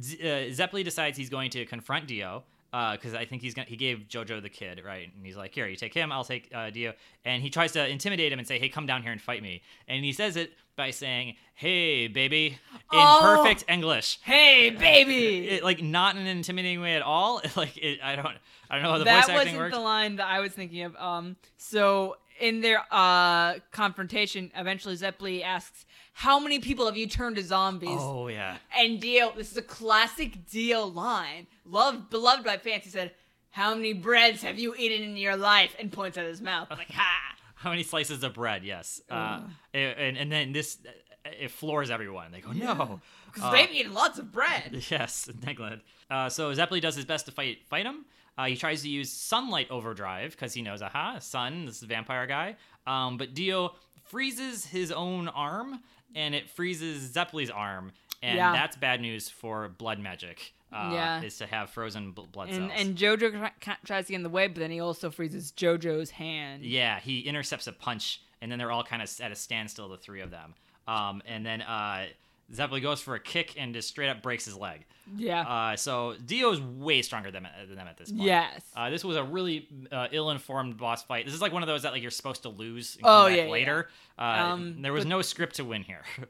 Z- uh, Zeppeli decides he's going to confront Dio, because I think he's gonna he gave JoJo the kid right, and he's like, here, you take him, I'll take uh, Dio, and he tries to intimidate him and say, hey, come down here and fight me, and he says it by saying, hey, baby, in Oh. perfect English. Hey, baby. It, like not in an intimidating way at all. Like it, I don't, I don't know how oh, the that voice acting wasn't works. the line that I was thinking of. Um, so in their uh confrontation, eventually Zeppeli asks, "How many people have you turned to zombies?" oh yeah, And Dio, this is a classic Dio line, loved beloved by fans. He said, "How many breads have you eaten in your life?" And points at his mouth. I'm like, ha. how many slices of bread? Yes, uh, and and then this, it floors everyone. They go no, Because Uh, they've eaten lots of bread. Yes, Negled. Uh, so Zeppeli does his best to fight fight him. Uh, he tries to use sunlight overdrive because he knows, aha, sun. This is a vampire guy. Um, but Dio freezes his own arm, and it freezes Zeppeli's arm, and Yeah. that's bad news for blood magic. Uh, Yeah. is to have frozen bl- blood cells. And, and Jojo try- ca- tries to get in the way, but then he also freezes Jojo's hand. Yeah, he intercepts a punch, and then they're all kind of at a standstill, the three of them. Um, and then uh, Zeppeli goes for a kick and just straight up breaks his leg. Yeah. Uh, so Dio's way stronger than, uh, than them at this point. yes. Uh, this was a really uh, ill-informed boss fight. This is like one of those that like you're supposed to lose. And Oh, come back yeah, yeah, later. Uh, Um, there was but- no script to win here.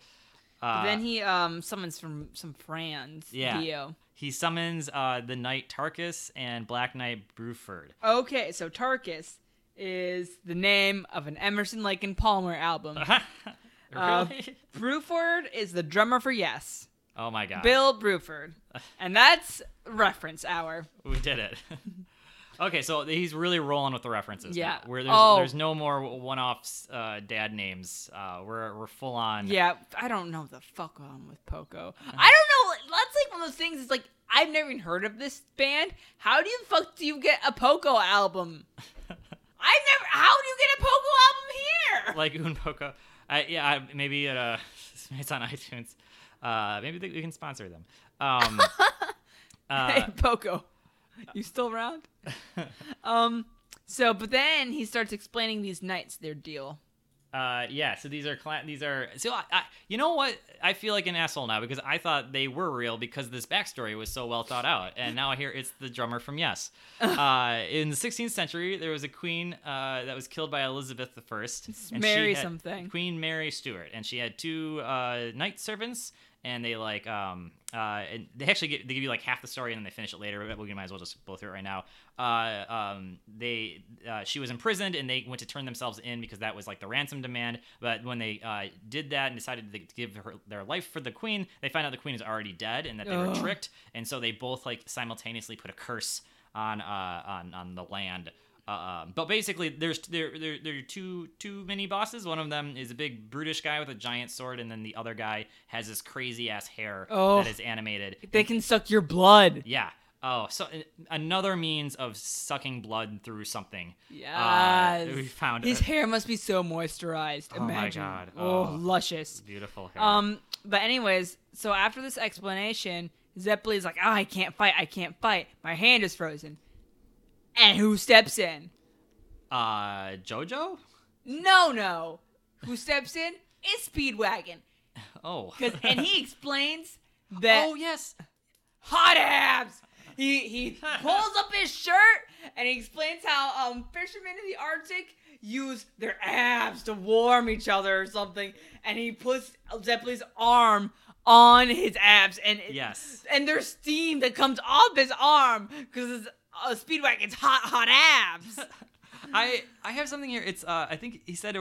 But uh, then he um summons from some friends. Yeah. Dio. he summons uh, the knight Tarkus and Black Knight Bruford. Okay, so Tarkus is the name of an Emerson Lake and Palmer album. really? Uh, Bruford is the drummer for Yes. oh my god! Bill Bruford. And that's reference hour. We did it. okay, so he's really rolling with the references. now, Yeah. where there's Oh. there's no more one-off uh, dad names. Uh, we're we're full on. Yeah, I don't know the fuck on with Poco. I don't know. That's like one of those things. It's like I've never even heard of this band. How do you fuck do you get a Poco album? I've never. How do you get a Poco album here? like Unpoco. I, yeah, I, maybe it, uh, it's on iTunes. Uh, maybe they, we can sponsor them. Um, uh, hey, Poco, you still around? um. So, but then he starts explaining these knights their deal. uh, yeah. So these are cla- these are. So I, I, you know what? I feel like an asshole now because I thought they were real because this backstory was so well thought out, and now I hear it's the drummer from Yes. Uh, in the 16th century, there was a queen uh, that was killed by Elizabeth I. and she Mary had- something. Queen Mary Stuart, and she had two uh, knight servants, and they like um uh and they actually get, they give you like half the story and then they finish it later. But we might as well just blow through it right now. Uh, um, they uh, she was imprisoned and they went to turn themselves in because that was like the ransom demand. But when they uh, did that and decided to give her their life for the queen, they find out the queen is already dead and that they were Ugh. tricked, and so they both like simultaneously put a curse on uh on on the land. Uh, um, but basically, there's there, there there are two two mini bosses. One of them is a big brutish guy with a giant sword, and then the other guy has this crazy ass hair Oh. that is animated. They can suck your blood. Yeah. Oh, so uh, another means of sucking blood through something. Yes. Uh, we found His a hair must be so moisturized. my Imagine. God. oh Oh. luscious. beautiful hair. Um, but anyways, so after this explanation, Zeppeli's like, oh, I can't fight, I can't fight. My hand is frozen. And who steps in? uh, Jojo. No, no. Who steps in? It's Speedwagon. Oh. 'Cause- and he explains that oh yes. hot abs. He he pulls up his shirt and he explains how um fishermen in the Arctic use their abs to warm each other or something. And he puts Zeppeli's arm on his abs and it- Yes. and there's steam that comes off his arm because a speed wagon's hot hot abs. I I have something here. It's uh I think he said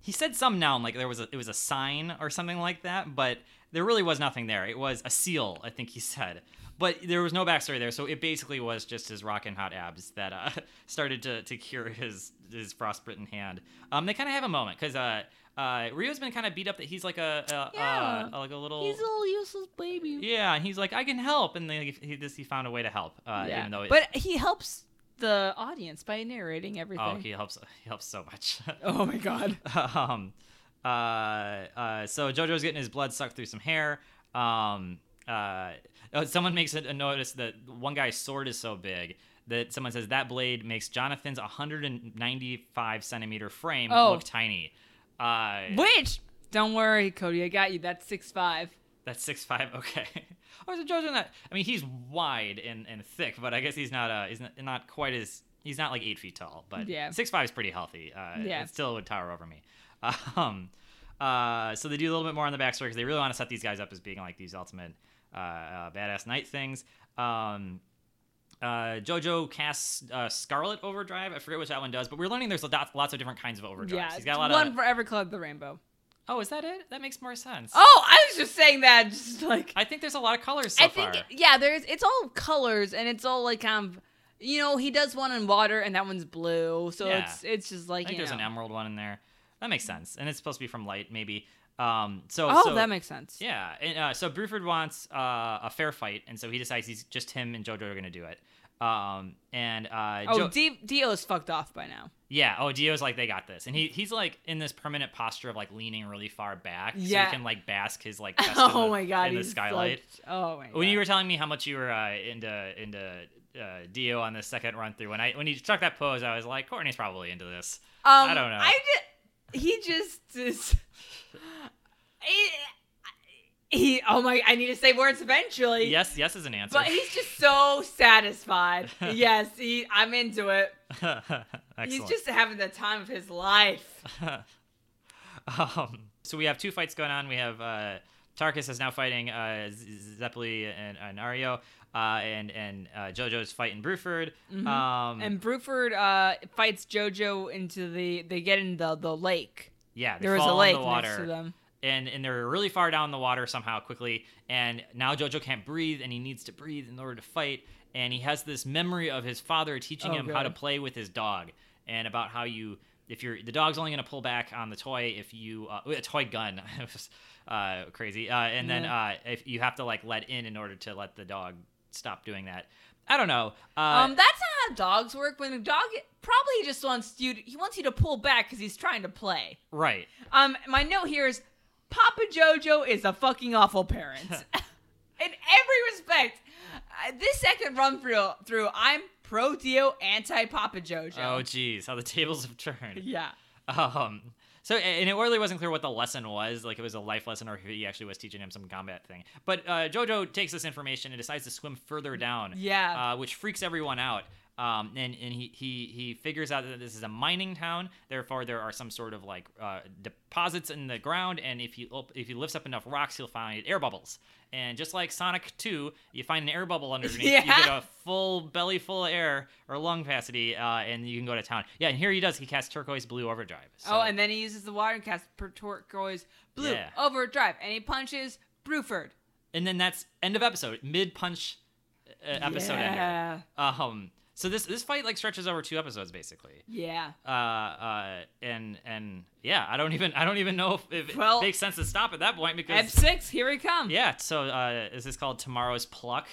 he said some noun like there was a it was a sign or something like that, but there really was nothing there. It was a seal, I think he said. But there was no backstory there, so it basically was just his rockin' hot abs that uh, started to, to cure his his frostbitten hand. Um, they kind of have a moment because uh, uh, Rio's been kind of beat up that he's like a, a, a- Yeah. a- like a little He's a little useless baby. yeah, and he's like I can help, and then he, he, this he found a way to help, uh, even though it, but he helps the audience by narrating everything. oh he helps he helps so much. oh my god. um, uh, uh, so Jojo's getting his blood sucked through some hair. Um, uh, oh, someone makes a, a notice that one guy's sword is so big that someone says that blade makes Jonathan's 195 centimeter frame Oh. look tiny. Uh, Which don't worry, Cody, I got you. That's six five. that's six five. Okay. Oh, so Joe's not. I mean, he's wide and, and thick, but I guess he's not. Uh, he's not, not quite as. He's not like eight feet tall, but Yeah. six five is pretty healthy. Uh, Yeah. it still would tower over me. Um, uh, so they do a little bit more on the backstory because they really want to set these guys up as being like these ultimate uh, uh, badass knight things. Um, uh, JoJo casts uh, Scarlet Overdrive. I forget what that one does, but we're learning there's lots, lots of different kinds of overdrives. Yeah, He's got a lot one of. for every club of the rainbow. Oh, is that it? That makes more sense. Oh, I was just saying that, just like I think there's a lot of colors so I think far. yeah, there's it's all colors and it's all like kind of you know he does one in water and that one's blue, so Yeah. it's it's just like I you think there's an know. Mm-hmm. emerald one in there. That makes sense, and it's supposed to be from light, maybe. Um, so Oh, so, that makes sense. yeah. And, uh, so Bruford wants uh, a fair fight, and so he decides he's just him and JoJo are gonna do it. Um, and uh, Oh, Jo- D- Dio is fucked off by now. yeah, oh Dio's like they got this, and he he's like in this permanent posture of like leaning really far back, so Yeah. he can like bask his like chest in oh the- my god, in the he's skylight. such- oh my god. When you were telling me how much you were uh, into into uh, Dio on the second run through, when I when he struck that pose, I was like, Courtney's probably into this. Um, I don't know. I just, he just is. he, he- oh my! I need to say words eventually. Yes, yes is an answer. But he's just so satisfied. yes, he, I'm into it. Excellent. He's just having the time of his life. um, so we have two fights going on. We have uh, Tarkus is now fighting uh, Z- Zeppeli and, and Ario, uh, and and uh, JoJo's fighting Bruford. Um, Mm-hmm. And Bruford uh, fights Jojo into the. They get in the the lake. yeah, they There was fall a lake in the water, next to them. and and they're really far down the water somehow quickly. And now JoJo can't breathe, and he needs to breathe in order to fight. And he has this memory of his father teaching Oh, him how to good. play with his dog, and about how you. If you're the dog's only going to pull back on the toy if you uh, a toy gun, It was, uh, crazy, uh, and then uh, if you have to like let in in order to let the dog stop doing that. I don't know. Uh, Um, that's not how dogs work. When a dog probably just wants you, to, he wants you to pull back because he's trying to play. right. Um, my note here is Papa Jojo is a fucking awful parent. In every respect, uh, this second run through, through I'm pro Dio, anti Papa Oh, Jojo. geez, how the tables have turned. yeah. Um, so and it really wasn't clear what the lesson was. Like it was a life lesson, or if he actually was teaching him some combat thing. But uh, Jojo takes this information and decides to swim further down. Mm, Yeah. Uh, which freaks everyone out. Um, and and he, he he figures out that this is a mining town. Therefore, there are some sort of like uh, deposits in the ground, and if he op- if he lifts up enough rocks, he'll find air bubbles. And just like Sonic Two, you find an air bubble underneath. You Yeah. get a full belly full of air or lung capacity, uh, and you can go to town. Yeah, and here he does. He casts turquoise blue overdrive. So- oh, and then he uses the water and casts per turquoise blue Yeah. overdrive, and he punches Bruford. and then that's end of episode mid punch uh, episode ender. Yeah. Um, so this this fight like stretches over two episodes basically. Yeah. Uh, uh, and and yeah, I don't even I don't even know if, if Well- it makes sense to stop at that point because Ep six, here we come. yeah. So uh, is this called Tomorrow's Pluck?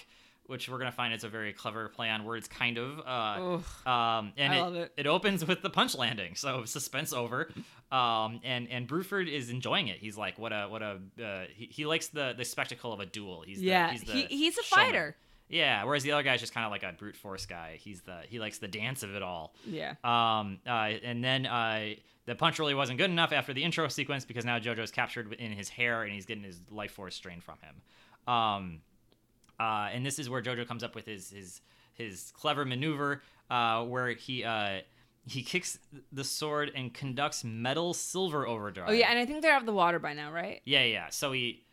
Which we're gonna find it's a very clever play on words, kind of. Uh, Oof. um, and I it, love it. opens with the punch landing, so suspense over. Um, and and Bruford is enjoying it. He's like, what a what a uh, he, he likes the the spectacle of a duel. He's Yeah, the, he's, the he- he's a showman. fighter. Yeah, whereas the other guy's just kind of like a brute force guy. He's the he likes the dance of it all. Yeah. Um, uh, and then uh, the punch really wasn't good enough after the intro sequence because now JoJo's captured in his hair and he's getting his life force strained from him. Um, uh, and this is where JoJo comes up with his his his clever maneuver uh, where he uh, he kicks the sword and conducts metal silver overdrive. Oh, yeah, and I think they're out of the water by now, right? Yeah, yeah. So he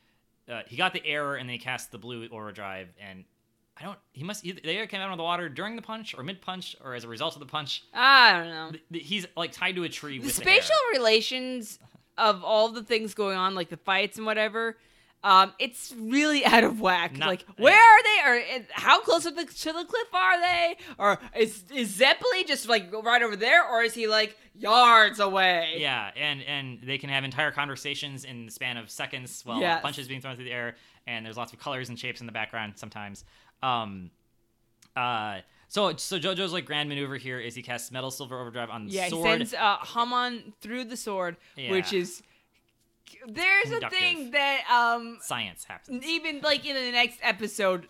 uh, he got the error and then he cast the blue overdrive and I don't. He must. Either, they either came out of the water during the punch or mid punch or as a result of the punch. Ah, I don't know. Th- th- He's like tied to a tree. the with spatial hair. relations of all the things going on, like the fights and whatever, um, it's really out of whack. Not- like, yeah. where are they? Or and how close to the, to the cliff are they? Or is is Zeppeli just like right over there, or is he like yards away? Yeah, and and they can have entire conversations in the span of seconds while uh, Yes. punches being thrown through the air, and there's lots of colors and shapes in the background sometimes. Um, uh, so so JoJo's like grand maneuver here is he casts metal silver overdrive on the yeah. sword. He sends uh, Haman through the sword, which Yeah. is there's Conductive. a thing that um Science happens. even like in the next episode,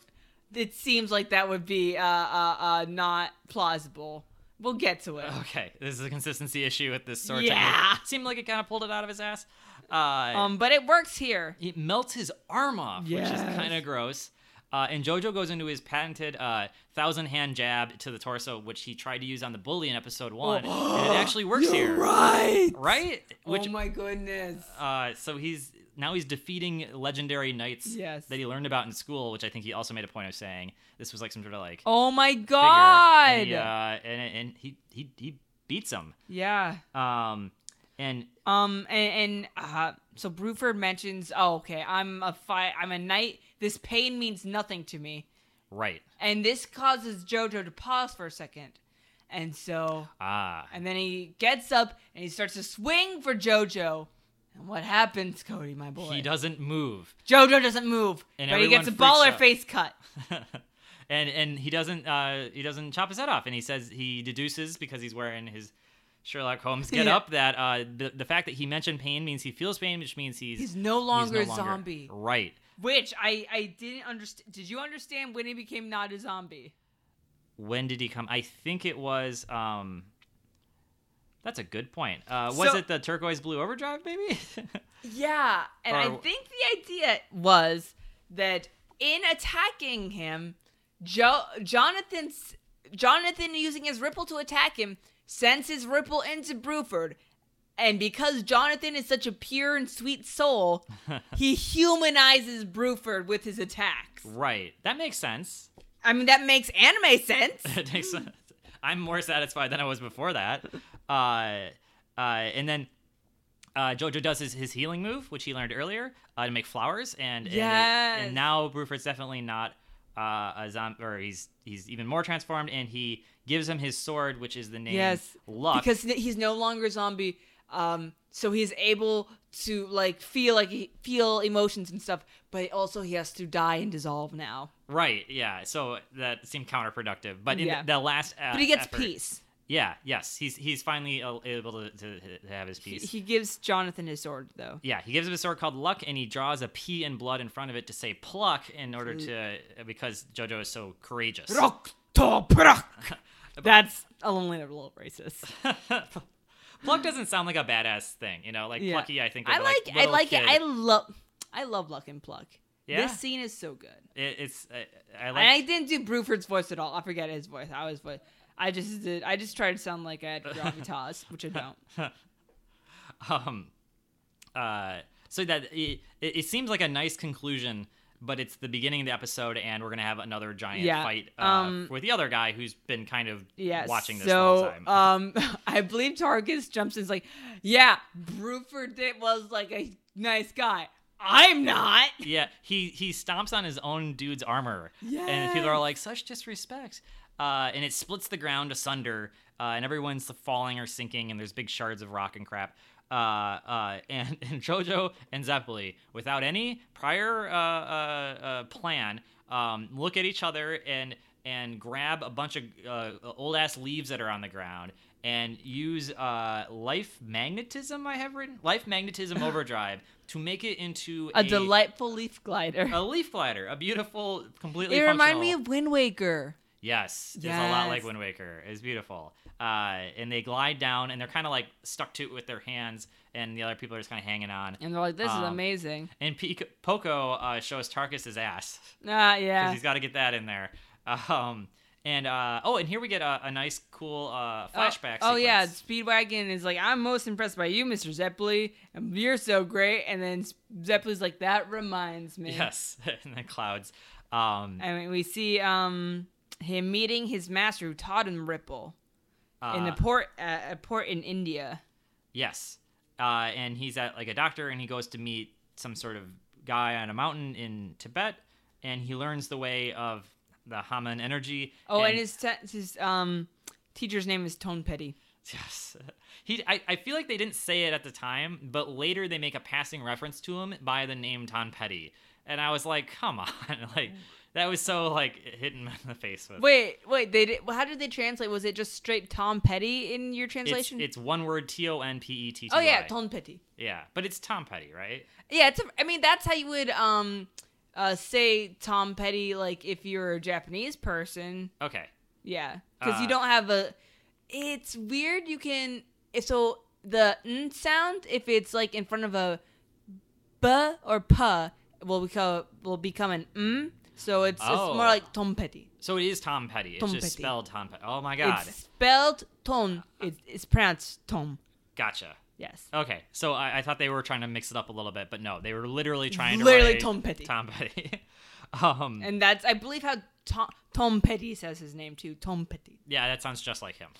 it seems like that would be uh uh, uh not plausible. We'll get to it. Okay, this is a consistency issue with this sword. Yeah. technique. seemed like it kind of pulled it out of his ass. Uh, Um, but it works here. it melts his arm off, which is Yes. kind of gross. Uh, and Jojo goes into his patented uh, thousand hand jab to the torso, which he tried to use on the bully in episode one, and it actually works here, Oh. Right. right? Which oh my goodness. uh, so he's now he's defeating legendary knights Yes. that he learned about in school, which I think he also made a point of saying this was like some sort of like Oh my figure, god. and he, uh, and, and he he he beats him. yeah. Um, and Um and, and uh so Bruford mentions, "Oh, okay, I'm a fi- I'm a knight. This pain means nothing to me." right, And this causes Jojo to pause for a second. And so ah, and then he gets up and he starts to swing for Jojo. And what happens, Cody, my boy? he doesn't move, Jojo doesn't move, And but he gets a everyone freaks baller out. face cut. and and he doesn't uh he doesn't chop his head off, and he says he deduces because he's wearing his. Sherlock Holmes, get Yeah. up! That uh, the the fact that he mentioned pain means he feels pain, which means he's He's no longer he's no a longer- zombie. Right? Which I I didn't understand. Did you understand when he became not a zombie? when did he come? I think it was. um That's a good point. Uh, was So- it the turquoise blue overdrive? Maybe. Yeah, and I Or- think the idea was that in attacking him, jo- Jonathan's Jonathan using his ripple to attack him sends his ripple into Bruford, and because Jonathan is such a pure and sweet soul, he humanizes Bruford with his attacks. right. That makes sense. I mean, that makes anime sense. That makes sense. I'm more satisfied than I was before that. Uh, uh, and then. Uh, Jojo does his, his healing move, which he learned earlier, uh, to make flowers, and and, it- Yes. and now Bruford's definitely not uh, a zombie, or he's he's even more transformed, and he gives him his sword, which is the name Yes, Luck, because n- he's no longer a zombie. Um, so he's able to like feel like he feel emotions and stuff, but also he has to die and dissolve now. Right. Yeah. So that seemed counterproductive, but in Yeah. the, the last, uh, But he gets effort- peace. Yeah. Yes. He's he's finally uh, able to, to, to have his He, peace. he gives Jonathan his sword though. yeah. He gives him a sword called Luck, and he draws a P in blood in front of it to say pluck in order to because JoJo is so courageous. That's a little bit- a little racist. pluck doesn't sound like a badass thing, you know. Like Yeah. plucky, I think. Of, I like, I little like it. kid. I love I love Luck and Pluck. Yeah? This scene is so good. It- it's. Uh, I And I like. didn't do Bruford's voice at all. I forget his voice. I was voice. I just did. I just tried to sound like I had gravitas, which I don't. um. Uh. So that it, it, it seems like a nice conclusion. but it's the beginning of the episode, and we're gonna have another giant Yeah, fight uh, um, with the other guy who's been kind of Yes. watching this so, the whole time. um, I believe Tarkus jumps in's like, yeah, Bruford did was like a nice guy. I'm not. yeah, he he stomps on his own dude's armor, Eh. and people are like, "Such disrespect!" Uh, and it splits the ground asunder, uh, and everyone's falling or sinking, and there's big shards of rock and crap. Uh, uh, and, and Jojo and Zeppeli, without any prior uh, uh, uh, plan, um, look at each other and and grab a bunch of uh, old ass leaves that are on the ground and use uh, life magnetism. I have written life magnetism overdrive to make it into A delightful leaf glider. a leaf glider, a beautiful, completely. it reminded me functional- of Wind Waker. Yes, it's a lot like Yes. Wind Waker. It's beautiful. Uh, and they glide down, and they're kind of like stuck to it with their hands, and the other people are just kind of hanging on. And they're like, this is Um, amazing. And Pico, Poco uh, shows Tarkus's ass Ah, because yeah. he's got to get that in there. Um, and uh, oh, and here we get a, a nice, cool uh, flashback. Oh, oh, yeah, sequence. Speedwagon is like, I'm most impressed by you, Mr. Zeppeli, and you're so great. And then Zeppeli's like, that reminds me. yes, in the clouds. Um, I mean, we see um him meeting his master who taught him Ripple in a uh, port uh, a port in India. Yes. Uh, and he's at like a doctor and he goes to meet some sort of guy on a mountain in Tibet and he learns the way of the Haman energy. Oh, and, his te- his um teacher's name is Tone Petty. Yes. He, I, I feel like they didn't say it at the time, but later they make a passing reference to him by the name Tom Petty. And I was like, come on. like, that was so like hitting him in the face with. Wait, wait, they did, how did they translate? Was it just straight Tom Petty in your It's, translation? it's one word T O N P E T T. oh Y. yeah, Tone Petty. yeah. But it's Tom Petty, right? Yeah, it's. A, I mean, that's how you would um uh say Tom Petty like if you're a Japanese person. Okay. Yeah, because Uh, you don't have a. It's weird. You can if so the n sound if it's like in front of a b or p will become will become an m, So it's, Oh. it's more like Tom Petty. So it is Tom Petty. It's Tom just Petty. spelled Tom Petty. Oh my god. It's spelled Tom. It, it's pronounced Tom. Gotcha. Yes. Okay, so I, I thought they were trying to mix it up a little bit, but no, they were literally trying to Literally write Tom Petty. Tom Petty. um, And that's, I believe, how Tom, Tom Petty says his name too. Tom Petty. yeah, that sounds just like him.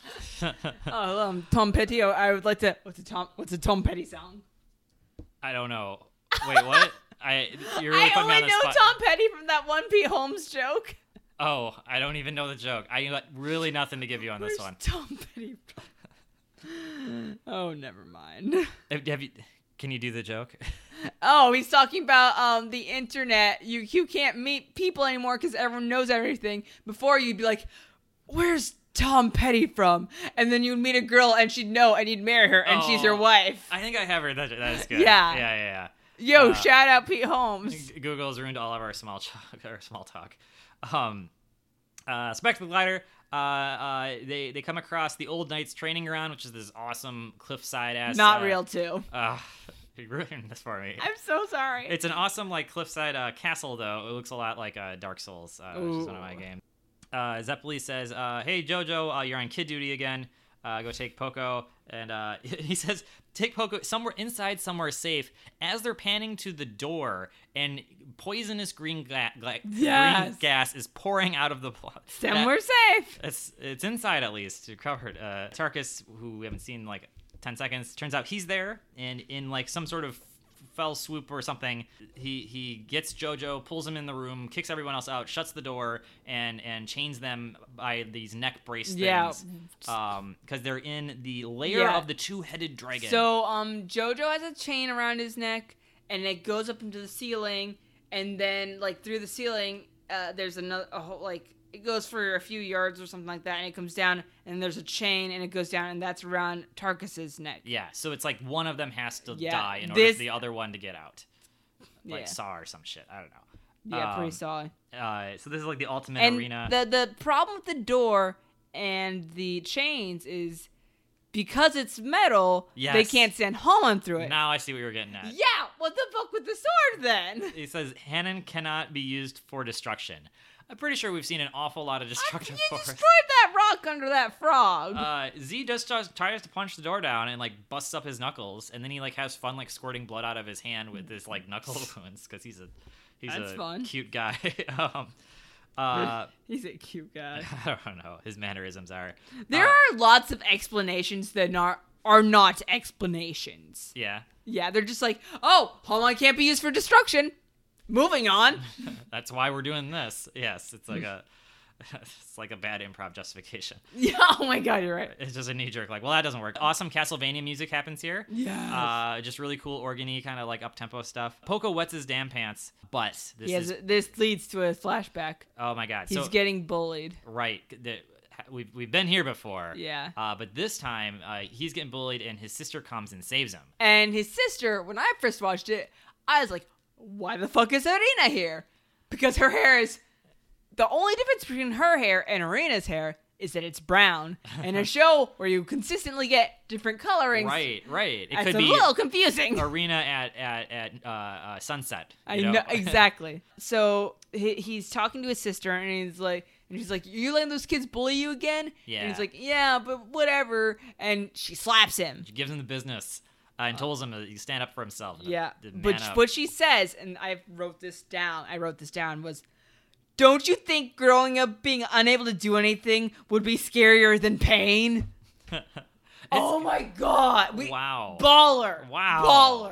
Oh, um, Tom Petty. Oh, I would like to. What's a Tom? What's a Tom Petty sound? I don't know. Wait, what? I you're really I putting only me on the know spot. Tom Petty from that one P Holmes joke. Oh, I don't even know the joke. I got really nothing to give you on this Where's one. Tom Petty. from? oh, never mind. Have, have you? Can you do the joke? Oh, he's talking about um the internet. You you can't meet people anymore because everyone knows everything. Before you'd be like, "Where's Tom Petty from?" And then you'd meet a girl and she'd know, and you'd marry her, and she's your Oh. wife. I think I have heard that. That is good. Yeah. Yeah, yeah, Yo, Uh, shout out Pete Holmes. yeah. Google's ruined all of our small talk. Our small talk. Um, uh, Spectre Glider. Uh, uh, they they come across the old knights training ground, which is this awesome cliffside ass. Not uh, real too. Uh, you ruined this for me. I'm so sorry. It's an awesome like cliffside uh, castle though. It looks a lot like uh, Dark Souls, uh, which is one of my Ooh. games. Uh, Zeppeli says, uh, "Hey Jojo, uh, you're on kid duty again. Uh, go take Poco." And uh, he says, "Take Poco somewhere inside, somewhere safe." As they're panning to the door, and poisonous green, gla- gla- Yes. green gas is pouring out of the blood. Then we're safe. It's it's inside at least you're covered. Uh, Tarkus, who we haven't seen in like ten seconds, turns out he's there, and in like some sort of fell swoop or something, he he gets Jojo, pulls him in the room, kicks everyone else out, shuts the door, and and chains them by these neck brace things. Yeah. Um, because they're in the lair Yeah. of the two-headed dragon. So um Jojo has a chain around his neck and it goes up into the ceiling and then like through the ceiling uh there's another a whole like it goes for a few yards or something like that and it comes down and there's a chain and it goes down and that's around Tarkus's neck. yeah, so it's like one of them has to Yeah, die in order this- for the other one to get out, like yeah. Saw or some shit. I don't know. yeah, pretty Um, solid. Uh, so this is like the ultimate And arena. the the problem with the door and the chains is because it's metal, they Yes. can't send Holland through it. now I see what you were getting at. yeah, what the fuck with the sword then? It says Hannon cannot be used for destruction. I'm pretty sure we've seen an awful lot of You destructive force. destroyed that rock under that frog. Uh, Z just tries, tries to punch the door down and like busts up his knuckles, and then he like has fun like squirting blood out of his hand with his like knuckle wounds because he's a he's That's a fun. cute guy. um, uh, He's a cute guy. I don't know his mannerisms are. There uh, are lots of explanations that are are not explanations. yeah, Yeah, they're just like, oh, Holon can't be used for destruction. Moving on. that's why we're doing this. Yes, it's like a it's like a bad improv justification. yeah, oh my god, you're right. It's just a knee jerk like, well that doesn't work. Awesome Castlevania music happens here. Yeah. Uh, just really cool organy kind of like up tempo stuff. Poco wets his damn pants, but this Yes, is this leads to a flashback. oh my god. He's so getting bullied. right, the, we've we've been here before. Yeah. Uh, but this time uh, he's getting bullied and his sister comes and saves him. And his sister, when I first watched it, I was like, why the fuck is Arena here? Because her hair is. The only difference between her hair and Arena's hair is that it's brown. In a show where you consistently get different colorings, Right, right. It it's could a be little confusing. arena at at at uh, uh, sunset. I you know, exactly. So he, he's talking to his sister, and he's like, and she's like, "You letting those kids bully you again?" And Yeah. he's like, "Yeah, but whatever." And she slaps him. She gives him the business uh, and tells him to you stand up for himself. and to- Yeah, to but man up. what she says, and I wrote this down. I wrote this down was, "Don't you think growing up being unable to do anything would be scarier than pain?" oh my god! We, wow. baller, Wow.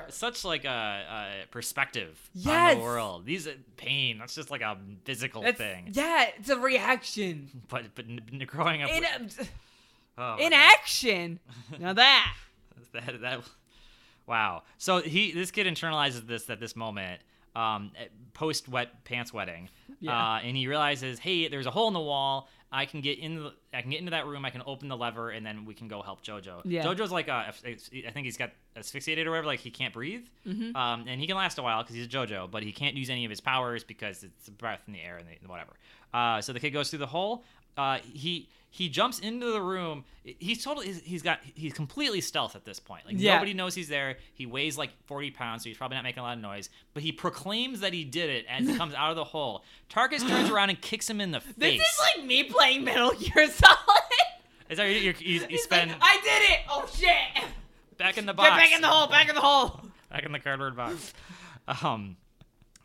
baller. Such like a, a perspective Yes. on the world. These uh, pain. That's just like a physical That's thing. yeah, it's a reaction But but n- n- growing up in with, oh my in God. action. Now that. that that wow. So he this kid internalizes this at this moment. Um, post wet pants wetting, Yeah. uh, and he realizes, hey, there's a hole in the wall. I can get in. The, I can get into that room. I can open the lever, and then we can go help Jojo. Yeah. Jojo's like, uh, I think he's got asphyxiated or whatever. Like he can't breathe, Mm-hmm. um, and he can last a while because he's Jojo, but he can't use any of his powers because it's the breath in the air and the, whatever. Uh, so the kid goes through the hole. Uh, he he jumps into the room. He's totally he's, he's got he's completely stealth at this point. Like Yeah. nobody knows he's there. He weighs like 40 pounds, so he's probably not making a lot of noise. But he proclaims that he did it as he comes out of the hole. Tarkus turns around and kicks him in the face. This is like me playing Metal Gear Solid. Is that you, you, you, you He's spend like, I did it. Oh shit. back in the box? Get back in the hole. Back in the hole. back in the cardboard box. Um,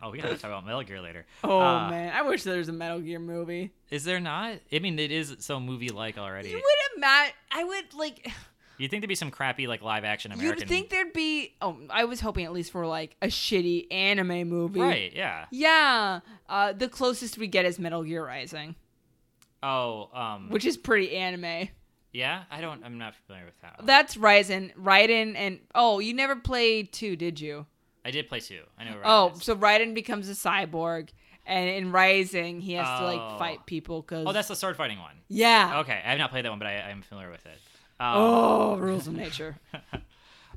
oh, we gotta talk about Metal Gear later. Oh Uh, man, I wish there was a Metal Gear movie. is there not? I mean, it is so movie-like already. You You would imagine. I would like. would think there'd be some crappy like live-action American? You'd think there'd be. Oh, I was hoping at least for like a shitty anime movie. right? Yeah. Yeah. Uh, the closest we get is Metal Gear Rising, Oh, um, which is pretty anime. yeah. I don't. I'm not familiar with that. One. That's Rising, Raiden, and oh, you never played two, did you? I did play two. I know. Oh, Raiden is. so Raiden becomes a cyborg, and in Rising he has to Oh. like fight people because oh, that's the sword fighting one. yeah. Okay, I have not played that one, but I, I'm familiar with it. Um, Oh, rules of nature.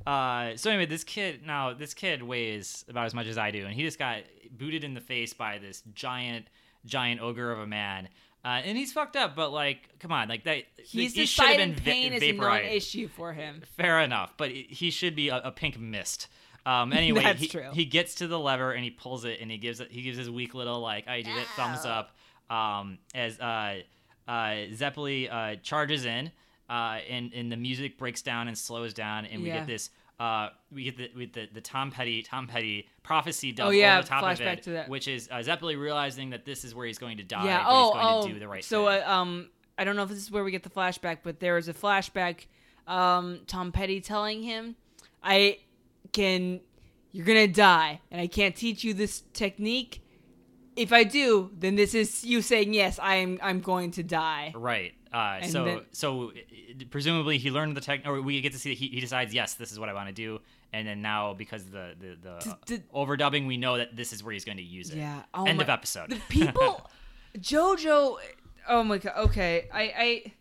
Uh, so anyway, this kid now this kid weighs about as much as I do, and he just got booted in the face by this giant, giant ogre of a man, uh, and he's fucked up. But like, come on, like that. He's it should have been decided pain va- is a vaporized. non-issue for him. Fair enough, but it, he should be a, a pink mist. Um, anyway, That's he, true. he gets to the lever and he pulls it and he gives it. He gives his weak little like I did it thumbs up. Um, as uh, uh, Zeppeli uh, charges in, uh, and and the music breaks down and slows down, and we Yeah. get this. Uh, we get the with the, the Tom Petty Tom Petty prophecy dub Oh, yeah, over the top of flashback it, to that. which is uh, Zeppeli realizing that this is where he's going to die. yeah. but Oh, he's going oh. to do the right so thing. uh, um, I don't know if this is where we get the flashback, but there is a flashback. Um, Tom Petty telling him, "I can, you're gonna die, and I can't teach you this technique. If I do, then this is you saying yes. I am. I'm going to die. Right. Uh, And so then- so uh, presumably he learned the tech, or we get to see that he, he decides yes, this is what I want to do, and then now because of the the, the Did- uh, did- overdubbing, we know that this is where he's going to use it. Yeah. Oh End my- of episode. The people, JoJo. Oh my god. Okay. I. I.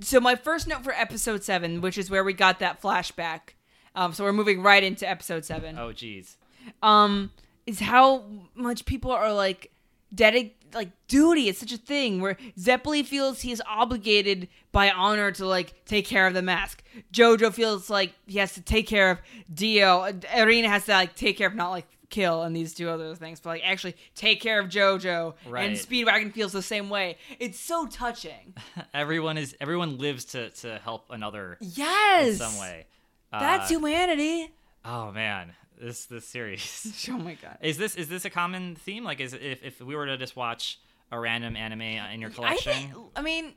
So my first note for episode seven, which is where we got that flashback. Um, so we're moving right into episode seven. oh jeez. um is how much people are like dedic like duty it's such a thing where zeppeli feels he is obligated by honor to like take care of the mask jojo feels like he has to take care of dio arena has to like take care of not like kill and these two other things but like actually take care of jojo Right. and speedwagon feels the same way it's so touching Everyone is everyone lives to to help another in yes some way. that's Uh, humanity Oh man, this this series. oh my god Is this is this a common theme? Like, is if if we were to just watch a random anime in your collection? I think. I mean,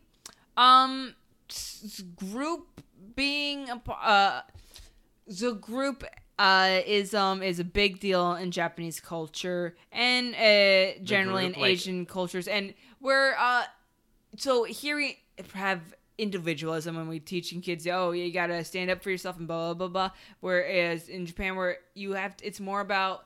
um, s- s- group being a pa- uh, the group uh is um is a big deal in Japanese culture and uh generally group, in like- Asian cultures, and we're uh so here we have individualism when we teaching kids oh you gotta stand up for yourself and blah blah blah, blah. whereas in japan where you have to, it's more about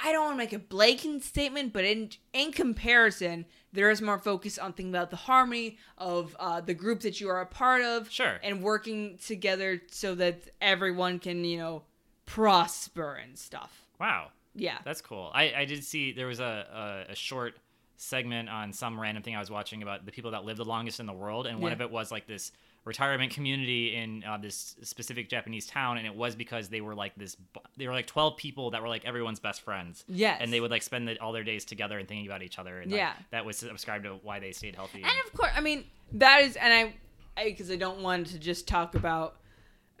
i don't want to make a blatant statement but in in comparison there is more focus on thinking about the harmony of uh, the group that you are a part of Sure. and working together so that everyone can you know prosper and stuff wow. yeah That's cool. I, I did see there was a, a, a short segment on some random thing I was watching about the people that live the longest in the world, and one Yeah. of it was like this retirement community in uh, this specific Japanese town, and it was because they were like this, bu- they were like twelve people that were like everyone's best friends. Yes. and they would like spend the, all their days together and thinking about each other. And like, Yeah. that was subscribed to why they stayed healthy. And of course, I mean that is, and I, because I, don't want to just talk about.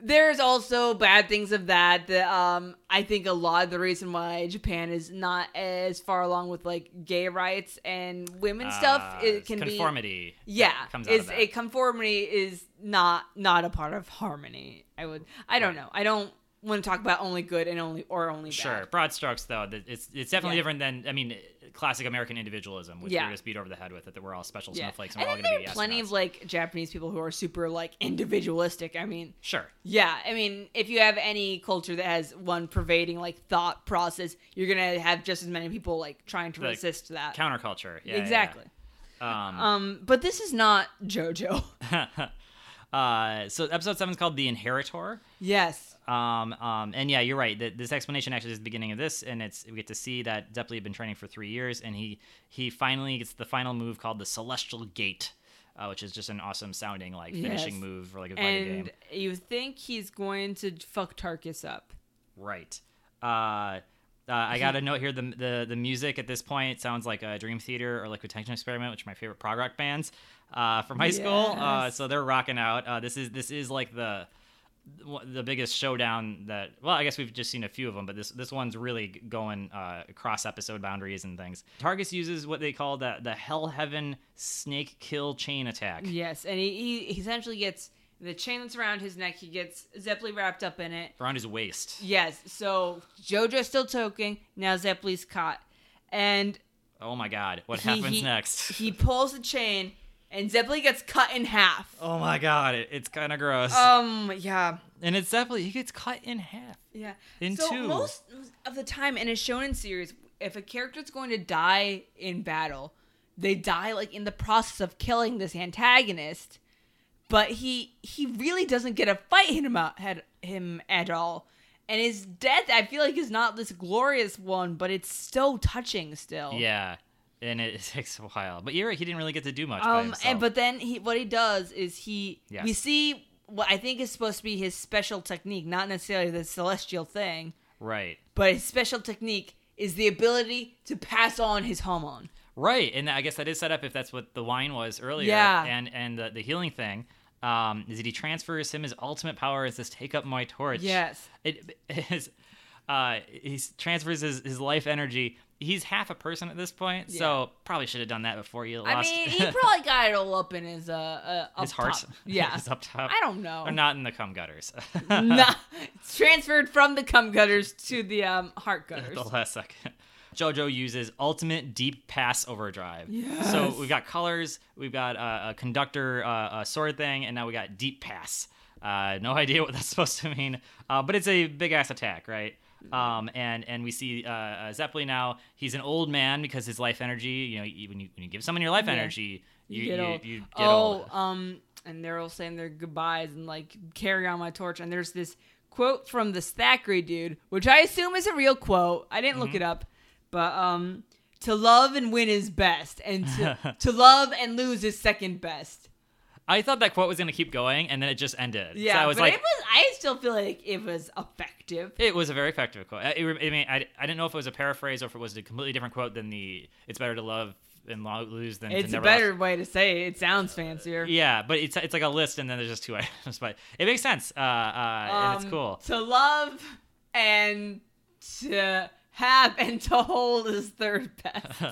There's also bad things of that. That um, I think a lot of the reason why Japan is not as far along with like gay rights and women Uh, stuff, it can be conformity. that yeah, comes out is of that. a conformity is not not a part of harmony. I would, I don't know, I don't want to talk about only good and only or only bad. Sure, broad strokes though. that It's it's definitely Yeah. different than I mean, classic American individualism, which Yeah. we're just beat over the head with it, that we're all special Yeah, snowflakes and and we're all then going to there are be plenty astronauts. of like Japanese people who are super like individualistic. I mean, Sure, Yeah, I mean, if you have any culture that has one pervading like thought process, you're gonna have just as many people like trying to Like, resist that. counterculture. Yeah, yeah, yeah. exactly. Um, but this is not JoJo. Um, uh, so episode seven is called "The Inheritor," yes. um, um, and yeah, you're right. Th this explanation actually is the beginning of this, and it's we get to see that Zeppeli had been training for three years, and he he finally gets the final move called the Celestial Gate, uh, which is just an awesome sounding like finishing Yes. move for like a fighting game. And you think he's going to fuck Tarkus up. Right. Uh, uh, Uh, I got a note here. The, the the music at this point sounds like a Dream Theater or Liquid Tension Experiment, which are my favorite prog rock bands uh, from high school. Uh, Yes. so they're rocking out. Uh, this is this is like the the biggest showdown that well i guess we've just seen a few of them but this this one's really g- going uh across episode boundaries and things targus uses what they call the the hell heaven snake kill chain attack Yes, and he, he essentially gets the chain that's around his neck. He gets Zeppeli wrapped up in it. around his waist Yes, so JoJo's still choking. Now Zeppeli's caught, and oh my god what he- happens he- next He pulls the chain, and Zeppeli gets cut in half. oh my god it, it's kind of gross Um, yeah, and it's definitely he gets cut in half yeah. In so two. most of the time in a shonen series, if a character's going to die in battle, they die like in the process of killing this antagonist. But he he really doesn't get a fight in him out, had him at all. And his death, I feel like, is not this glorious one, but it's so touching still. yeah and it, takes a while but you're right he didn't really get to do much by Um, himself. and but then he what he does is he Yes. we see what I think is supposed to be his special technique, not necessarily the celestial thing, right but his special technique is the ability to pass on his hormone. Right, and I guess that is set up if that's what the wine was earlier. Yeah. and and the, the healing thing um, is that he transfers him his ultimate power is this take up my torch. Yes. it it is. Uh, he transfers his, his life energy. He's half a person at this point, so probably should have done that before you I lost. mean, he probably got it all up in his uh, uh up his heart. top. Yeah, his up top. I don't know. Or not in the cum gutters. Nah, it's transferred from the cum gutters to the um, heart at gutters. the last second. JoJo uses ultimate deep pass overdrive. So Yes. we've got colors, we've got uh, a conductor, uh, a sword thing, and now we got deep pass. Uh, no idea what that's supposed to mean, uh, but it's a big ass attack, right? Um, and and we see uh, uh, Zeppeli now. He's an old man because his life energy. You know, you- when you when you give someone your life Yeah. energy, you you get you, old. you get oh, old. um, and they're all saying their goodbyes and like carry on my torch. And there's this quote from this Thackeray dude, which I assume is a real quote. I didn't Mm-hmm. look it up, but um, to love and win is best, and to, to love and lose is second best. I thought that quote was gonna keep going, and then it just ended. So Yeah, I was but like, it was. I still feel like it was effective. It was a very effective quote. I, it rem- I mean, I, I didn't know if it was a paraphrase or if it was a completely different quote than the "It's better to love and lo- lose than to It's a never." better lose." way to say it. It sounds fancier. Yeah, but it's it's like a list, and then there's just two items, but it makes sense. Uh, uh, and it's Um, cool. To love and to have and to hold is third best.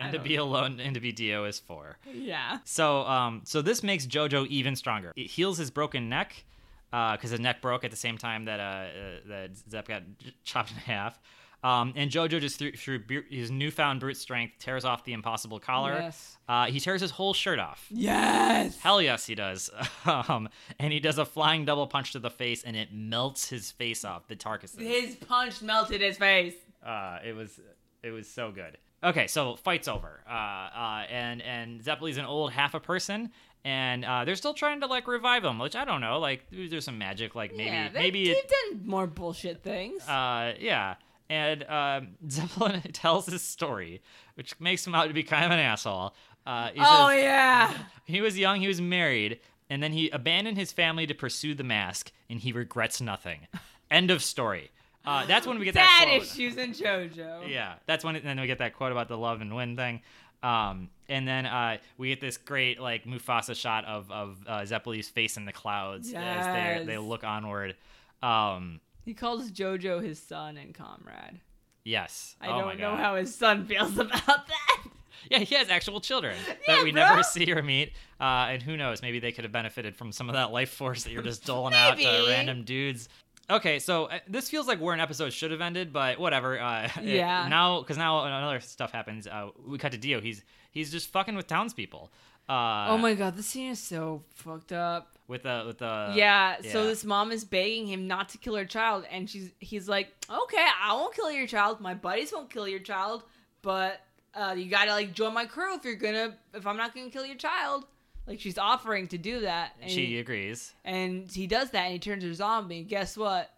And to don't be alone and to be Dio is four. yeah. So um, so this makes Jojo even stronger. It heals his broken neck. Because his neck broke at the same time that uh, uh, that Zepp got j- chopped in half, um, and Jojo just through, through bu- his newfound brute strength tears off the impossible collar. Yes. Uh, he tears his whole shirt off. Yes. Hell yes, he does. um, and he does a flying double punch to the face, and it melts his face off. The Tarkus. His punch melted his face. Uh, it was it was so good. Okay, so fight's over. Uh, uh, and and Zeppeli's an old half a person, and uh, they're still trying to like revive him, which I don't know. Like there's some magic. Like maybe yeah, they, maybe they've it, done more bullshit things. uh, yeah. And um, Zeppelin tells his story, which makes him out to be kind of an asshole. Uh, he oh says- yeah. He was young, he was married, and then he abandoned his family to pursue the mask, and he regrets nothing. End of story. Uh, that's when we get that Dad quote. issues in JoJo. Yeah, that's when, and then we get that quote about the love and win thing. Um, and then uh, we get this great like Mufasa shot of of uh, Zeppeli's face in the clouds as Yes. they they look onward. Um, He calls JoJo his son and comrade. yes. I oh my don't know God. Uh, how his son feels about that. Yeah, he has actual children that Yeah, we bro. never see or meet. Uh, and who knows? Maybe they could have benefited from some of that life force that you're just doling out to Maybe. random dudes. Okay, so uh, this feels like where an episode should have ended, but whatever. Uh, it- Yeah. now, because now another stuff happens. Uh, we cut to Dio. He's he's just fucking with townspeople. Uh, oh my god, this scene is so fucked up. With the with the yeah, Uh, yeah. So this mom is begging him not to kill her child, and she's he's like, "Okay, I won't kill your child. My buddies won't kill your child, but uh, you gotta like join my crew if you're gonna if I'm not gonna kill your child." Like she's offering to do that, and She he, agrees. and he does that, and he turns her zombie. And guess what?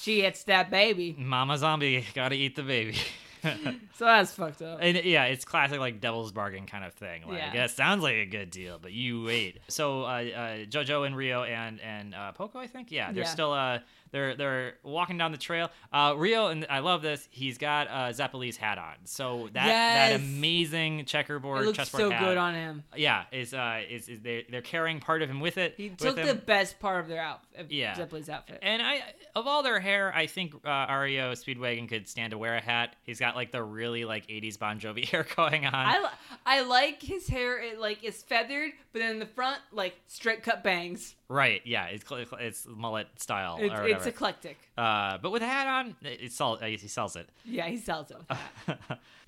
She gets that baby. Mama zombie gotta eat the baby. So that's fucked up. And yeah, it's classic like devil's bargain kind of thing. Like Yeah. that sounds like a good deal, but you wait. So uh, uh, JoJo and Rio and and uh, Poco, I think, yeah, they're Yeah. still uh, They're they're walking down the trail. Uh, Rio and I love this. He's got uh, Zeppeli's hat on. So that that Yes. amazing It checkerboard looks chessboard so hat. good on him. yeah, is uh is, is they they're carrying part of him with it. He with took him. the best part of their outfit, of Yeah. Zeppelin's outfit. And I, of all their hair, I think uh, Ario Speedwagon could stand to wear a hat. He's got like the really like '80s Bon Jovi hair going on. I, li- I like his hair. It like is feathered, but then in the front, like straight cut bangs. right? Yeah, it's cl- cl- it's mullet style It's, it's or whatever. eclectic. uh, but with a hat on, it, it sol- I guess he sells it. Yeah, he sells them.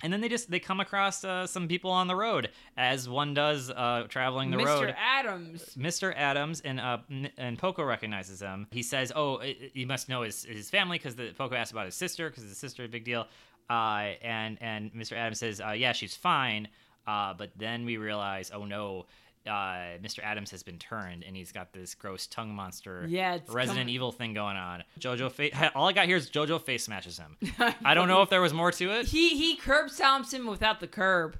and then they just they come across uh, some people on the road, as one does uh, traveling the Mr. road. Adams. Mr. Adams and uh n- and Poco recognizes him. He says, "Oh, i- i- you must know his his family because the Poco asked about his sister because his sister is a big deal." Uh, and and Mr. Adams says, uh, "Yeah, she's fine." Uh, but then we realize, oh no, uh, Mr. Adams has been turned and he's got this gross tongue monster, Yeah, it's Resident coming. Evil thing going on. Jojo fa- all I got here is Jojo face smashes him. I don't know if there was more to it. He he curb stomps him without the curb.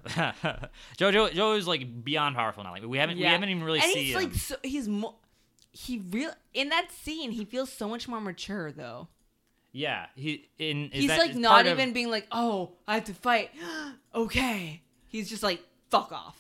Jojo Jojo's like beyond powerful now. Like we haven't we haven't even really and seen he's him. like so, he's mo- he real in that scene. He feels so much more mature though. Yeah, he in is he's that- like is not part of- even being like, oh, I have to fight. okay. He's just like, fuck off.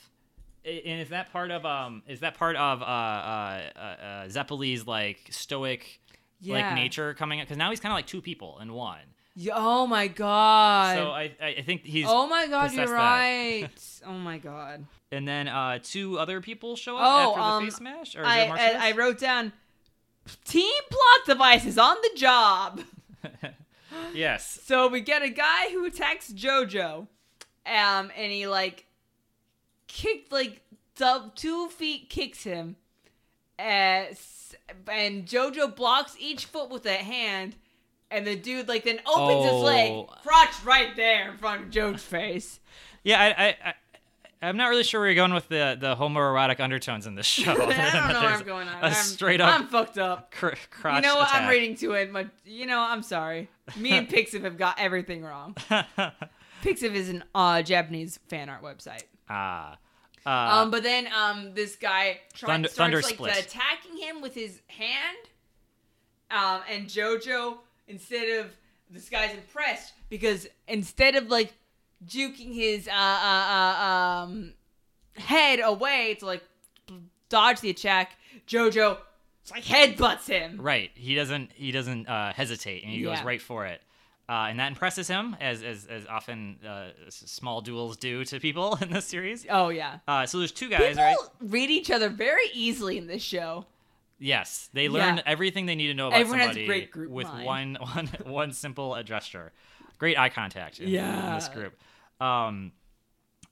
and is that part of um is that part of uh uh, uh, uh Zeppeli's like stoic like Yeah. nature coming up because now he's kind of like two people in one. Y- Oh my god. so I I I think he's Uh, oh my god, possessed you're that. right. oh my god. and then uh two other people show up Oh, after the um, face smash or is I, there more to I I wrote down team plot devices on the job. this? yes So we get a guy who attacks Jojo, um, and he like kicked like dub two feet kicks him, uh, s- and Jojo blocks each foot with a hand, and the dude like then opens his leg, Oh. crotch right there in front of Jojo's face. yeah I. I, I I'm not really sure where you're going with the, the homoerotic undertones in this show. I don't know where There's I'm going on. A I'm straight up I'm fucked up. cr- crotch you know what? I'm attack. reading too it, but you know I'm sorry. Me and Pixiv have got everything wrong. Pixiv is an uh, Japanese fan art website. ah. Uh, Um, but then um, this guy try- Thunder- starts Thunder like Split. attacking him with his hand, um, and Jojo instead of this guy's impressed because instead of like juking his uh, uh, uh, um, head away to like dodge the attack, Jojo it's like headbutts him. Right. He doesn't. He doesn't uh, hesitate, and he goes Yeah. right for it. Uh, and that impresses him, as as, as often uh, s- small duels do to people in this series. Oh yeah. Uh, so there's two guys, People right? read each other very easily in this show. Yes, they learn Yeah. everything they need to know about Everyone has a somebody great group with mind. one one one simple uh, gesture. Great eye contact. In, in this Yeah. group. Um,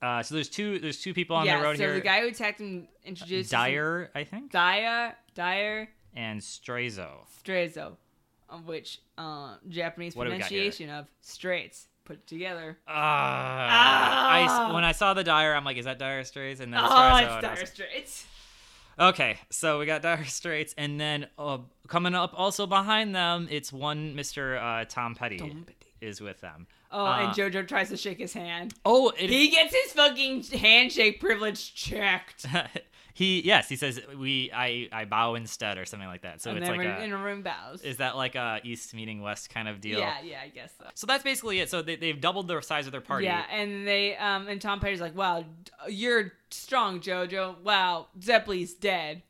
uh, so there's two there's two people on yeah. the road so here. the guy who attacked him introduced Dyer, I think, Dyer. Dyer. and Strazo. Strezo, of which uh, Japanese What do we got here? pronunciation of straits put together. Uh, I s- when I saw the Dyer, I'm like, is that Dyer Strays? And then Ah. Oh, Strayzo, it's and I was dire straits. Okay, so we got Dire Straits, and then uh, coming up also behind them, it's one Mr. Uh, Tom Petty Tom Petty. is with them. Oh, Uh, and JoJo tries to shake his hand. Oh, it, He gets his fucking handshake privilege checked. he yes, he says we I I bow instead or something like that. So and it's like everyone a, in a room bows. is that like a East meeting West kind of deal? Yeah, yeah, I guess so. So that's basically it. So they, they've doubled the size of their party. Yeah, and they um and Tom Petty's like, "Wow, d- you're strong, JoJo. Wow, Zeppelin's dead.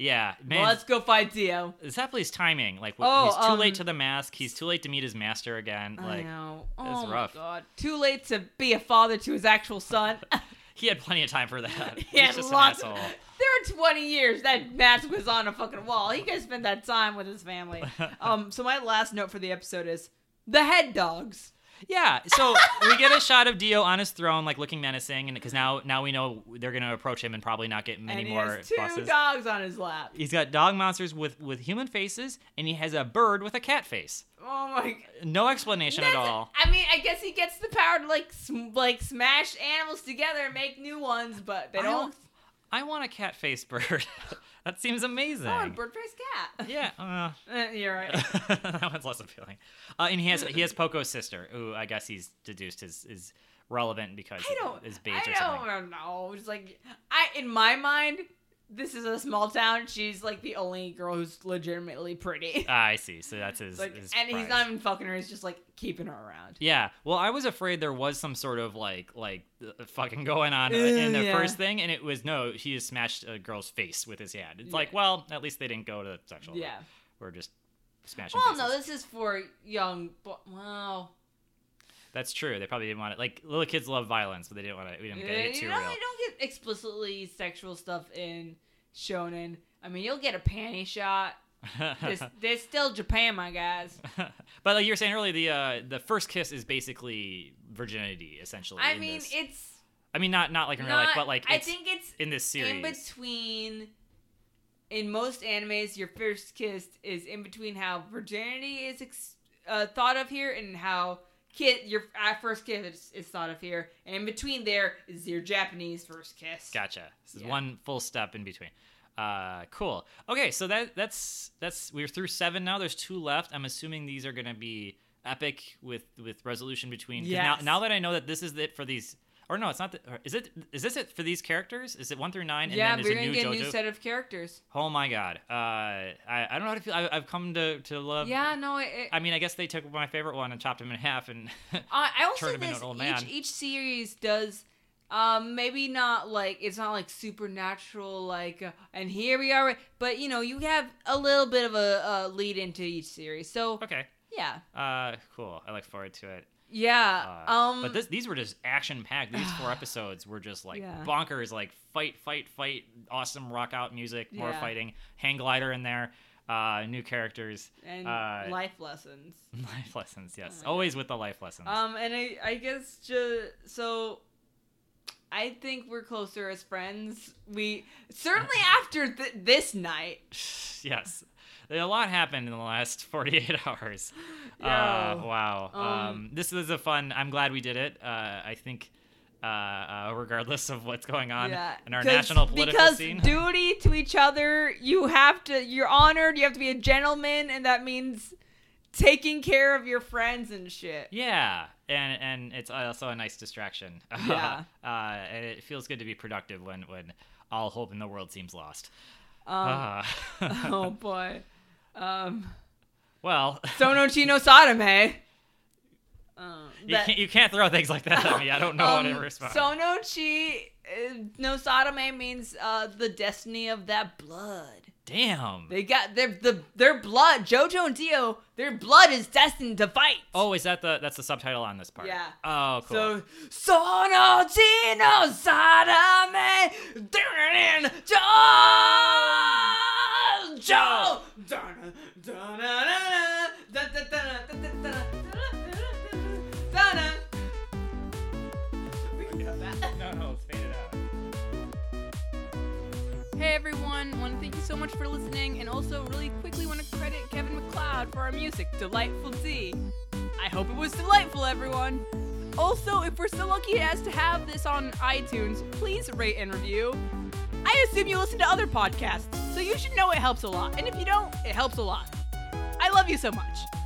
yeah, man. Well, let's go fight Dio." Zeppeli's timing, like Oh, he's too um, late to the mask. He's too late to meet his master again. I Like know. that's Oh my rough. god. Too late to be a father to his actual son. he had plenty of time for that. He had he's just lots an of- asshole. There were 20 years that mask was on a fucking wall. He could have spent that time with his family. Um, so my last note for the episode is the head dogs. Yeah, so we get a shot of Dio on his throne, like looking menacing, and because now now we know they're gonna approach him and probably not get many and he more has two bosses. dogs on his lap. He's got dog monsters with with human faces, and he has a bird with a cat face. Oh my god. No explanation at all. I mean, I guess he gets the power to like sm- like smash animals together and make new ones, but they I don't. don't- I want a cat face bird. that seems amazing. Oh, a bird face cat. Yeah, uh, Eh, You're right. that one's less appealing. Uh, and he has he has Poco's sister, who I guess he's deduced is is relevant because I don't. is beige I or something. don't know. It's like I, in my mind, this is a small town. She's like the only girl who's legitimately pretty. Ah, I see. So that's his. like, his and prize. he's not even fucking her. He's just like keeping her around. Yeah. Well, I was afraid there was some sort of like like uh, fucking going on uh, Ugh, in the yeah. first thing, and it was no. He just smashed a girl's face with his hand. It's like, Yeah. well, at least they didn't go to sexual. Yeah. We're just smashing. Well, faces. no, this is for young. Bo- wow. That's true. They probably didn't want it. Like little kids love violence, but they didn't want to. We didn't get it you too know, real. you don't get explicitly sexual stuff in shonen. I mean, you'll get a panty shot. This, this still Japan, my guys. but like you were saying earlier, the uh, the first kiss is basically virginity, essentially. I in mean, this. it's I mean, not not like in real life, not. but like I it's think it's in this series. in between. In most animes, your first kiss is in between how virginity is ex- uh, thought of here and how kid your uh, first kiss is, is thought of here, and in between there is your Japanese first kiss. Gotcha. This is Yeah. one full step in between. Uh, cool. Okay, so that that's that's we're through seven now. There's two left. I'm assuming these are gonna be epic with with resolution between. 'cause Yes. Now, now that I know that this is it for these, or no, it's not. The, or is it? Is this it for these characters? Is it one through nine? yeah, and then we're there's gonna a get new JoJo. a new set of characters. oh my god. Uh, I I don't know how to feel. I, I've come to to love. yeah, no, it, Um, I mean, I guess they took my favorite one and chopped him in half, and I, I also Turn think him into this an old each, man. each series does um maybe not like it's not like supernatural like uh, and here we are but you know you have a little bit of a uh, lead into each series so okay. yeah Uh, cool. I look forward to it. yeah Uh, um but this, these were just action packed. These four episodes were just like Yeah. bonkers, like fight, fight, fight, awesome rock out music, more Yeah. fighting, hang glider in there, uh, new characters, and uh, life lessons life lessons. Yes, Oh my always with the life lessons. um and i i guess just so i think we're closer as friends we certainly after th- this night yes, a lot happened in the last forty eight hours. Yeah. Uh, wow. Um, Um, this was a fun. I'm glad we did it. Uh, I think. Uh, uh, regardless of what's going on in our 'cause- national political because scene, duty to each other, you have to. You're honored. You have to be a gentleman, and that means taking care of your friends and shit. Yeah, and and it's also a nice distraction. Yeah. uh, and it feels good to be productive when when all hope in the world seems lost. Um, Uh, oh boy. Um, well, Sono Chino Sadame. Um, you, can't, you can't throw things like that at me. I don't know um, how to respond. Sono Chi uh, no Sadame means uh, the destiny of that blood. Damn. They got their the their blood. Jojo and Dio, their blood is destined to fight. Oh, is that the that's the subtitle on this part? Yeah. Oh, cool. So, sono chino sadame, dun jo, jo, dun dun dun dun dun dun no, no, it's faded out. Hey everyone, want to thank you so much for listening, and also really quickly want to credit Kevin McLeod for our music, Delightful D. I hope it was delightful, everyone. Also, if we're so lucky as to have this on iTunes, please rate and review. I assume you listen to other podcasts, so you should know it helps a lot, and if you don't, it helps a lot. I love you so much.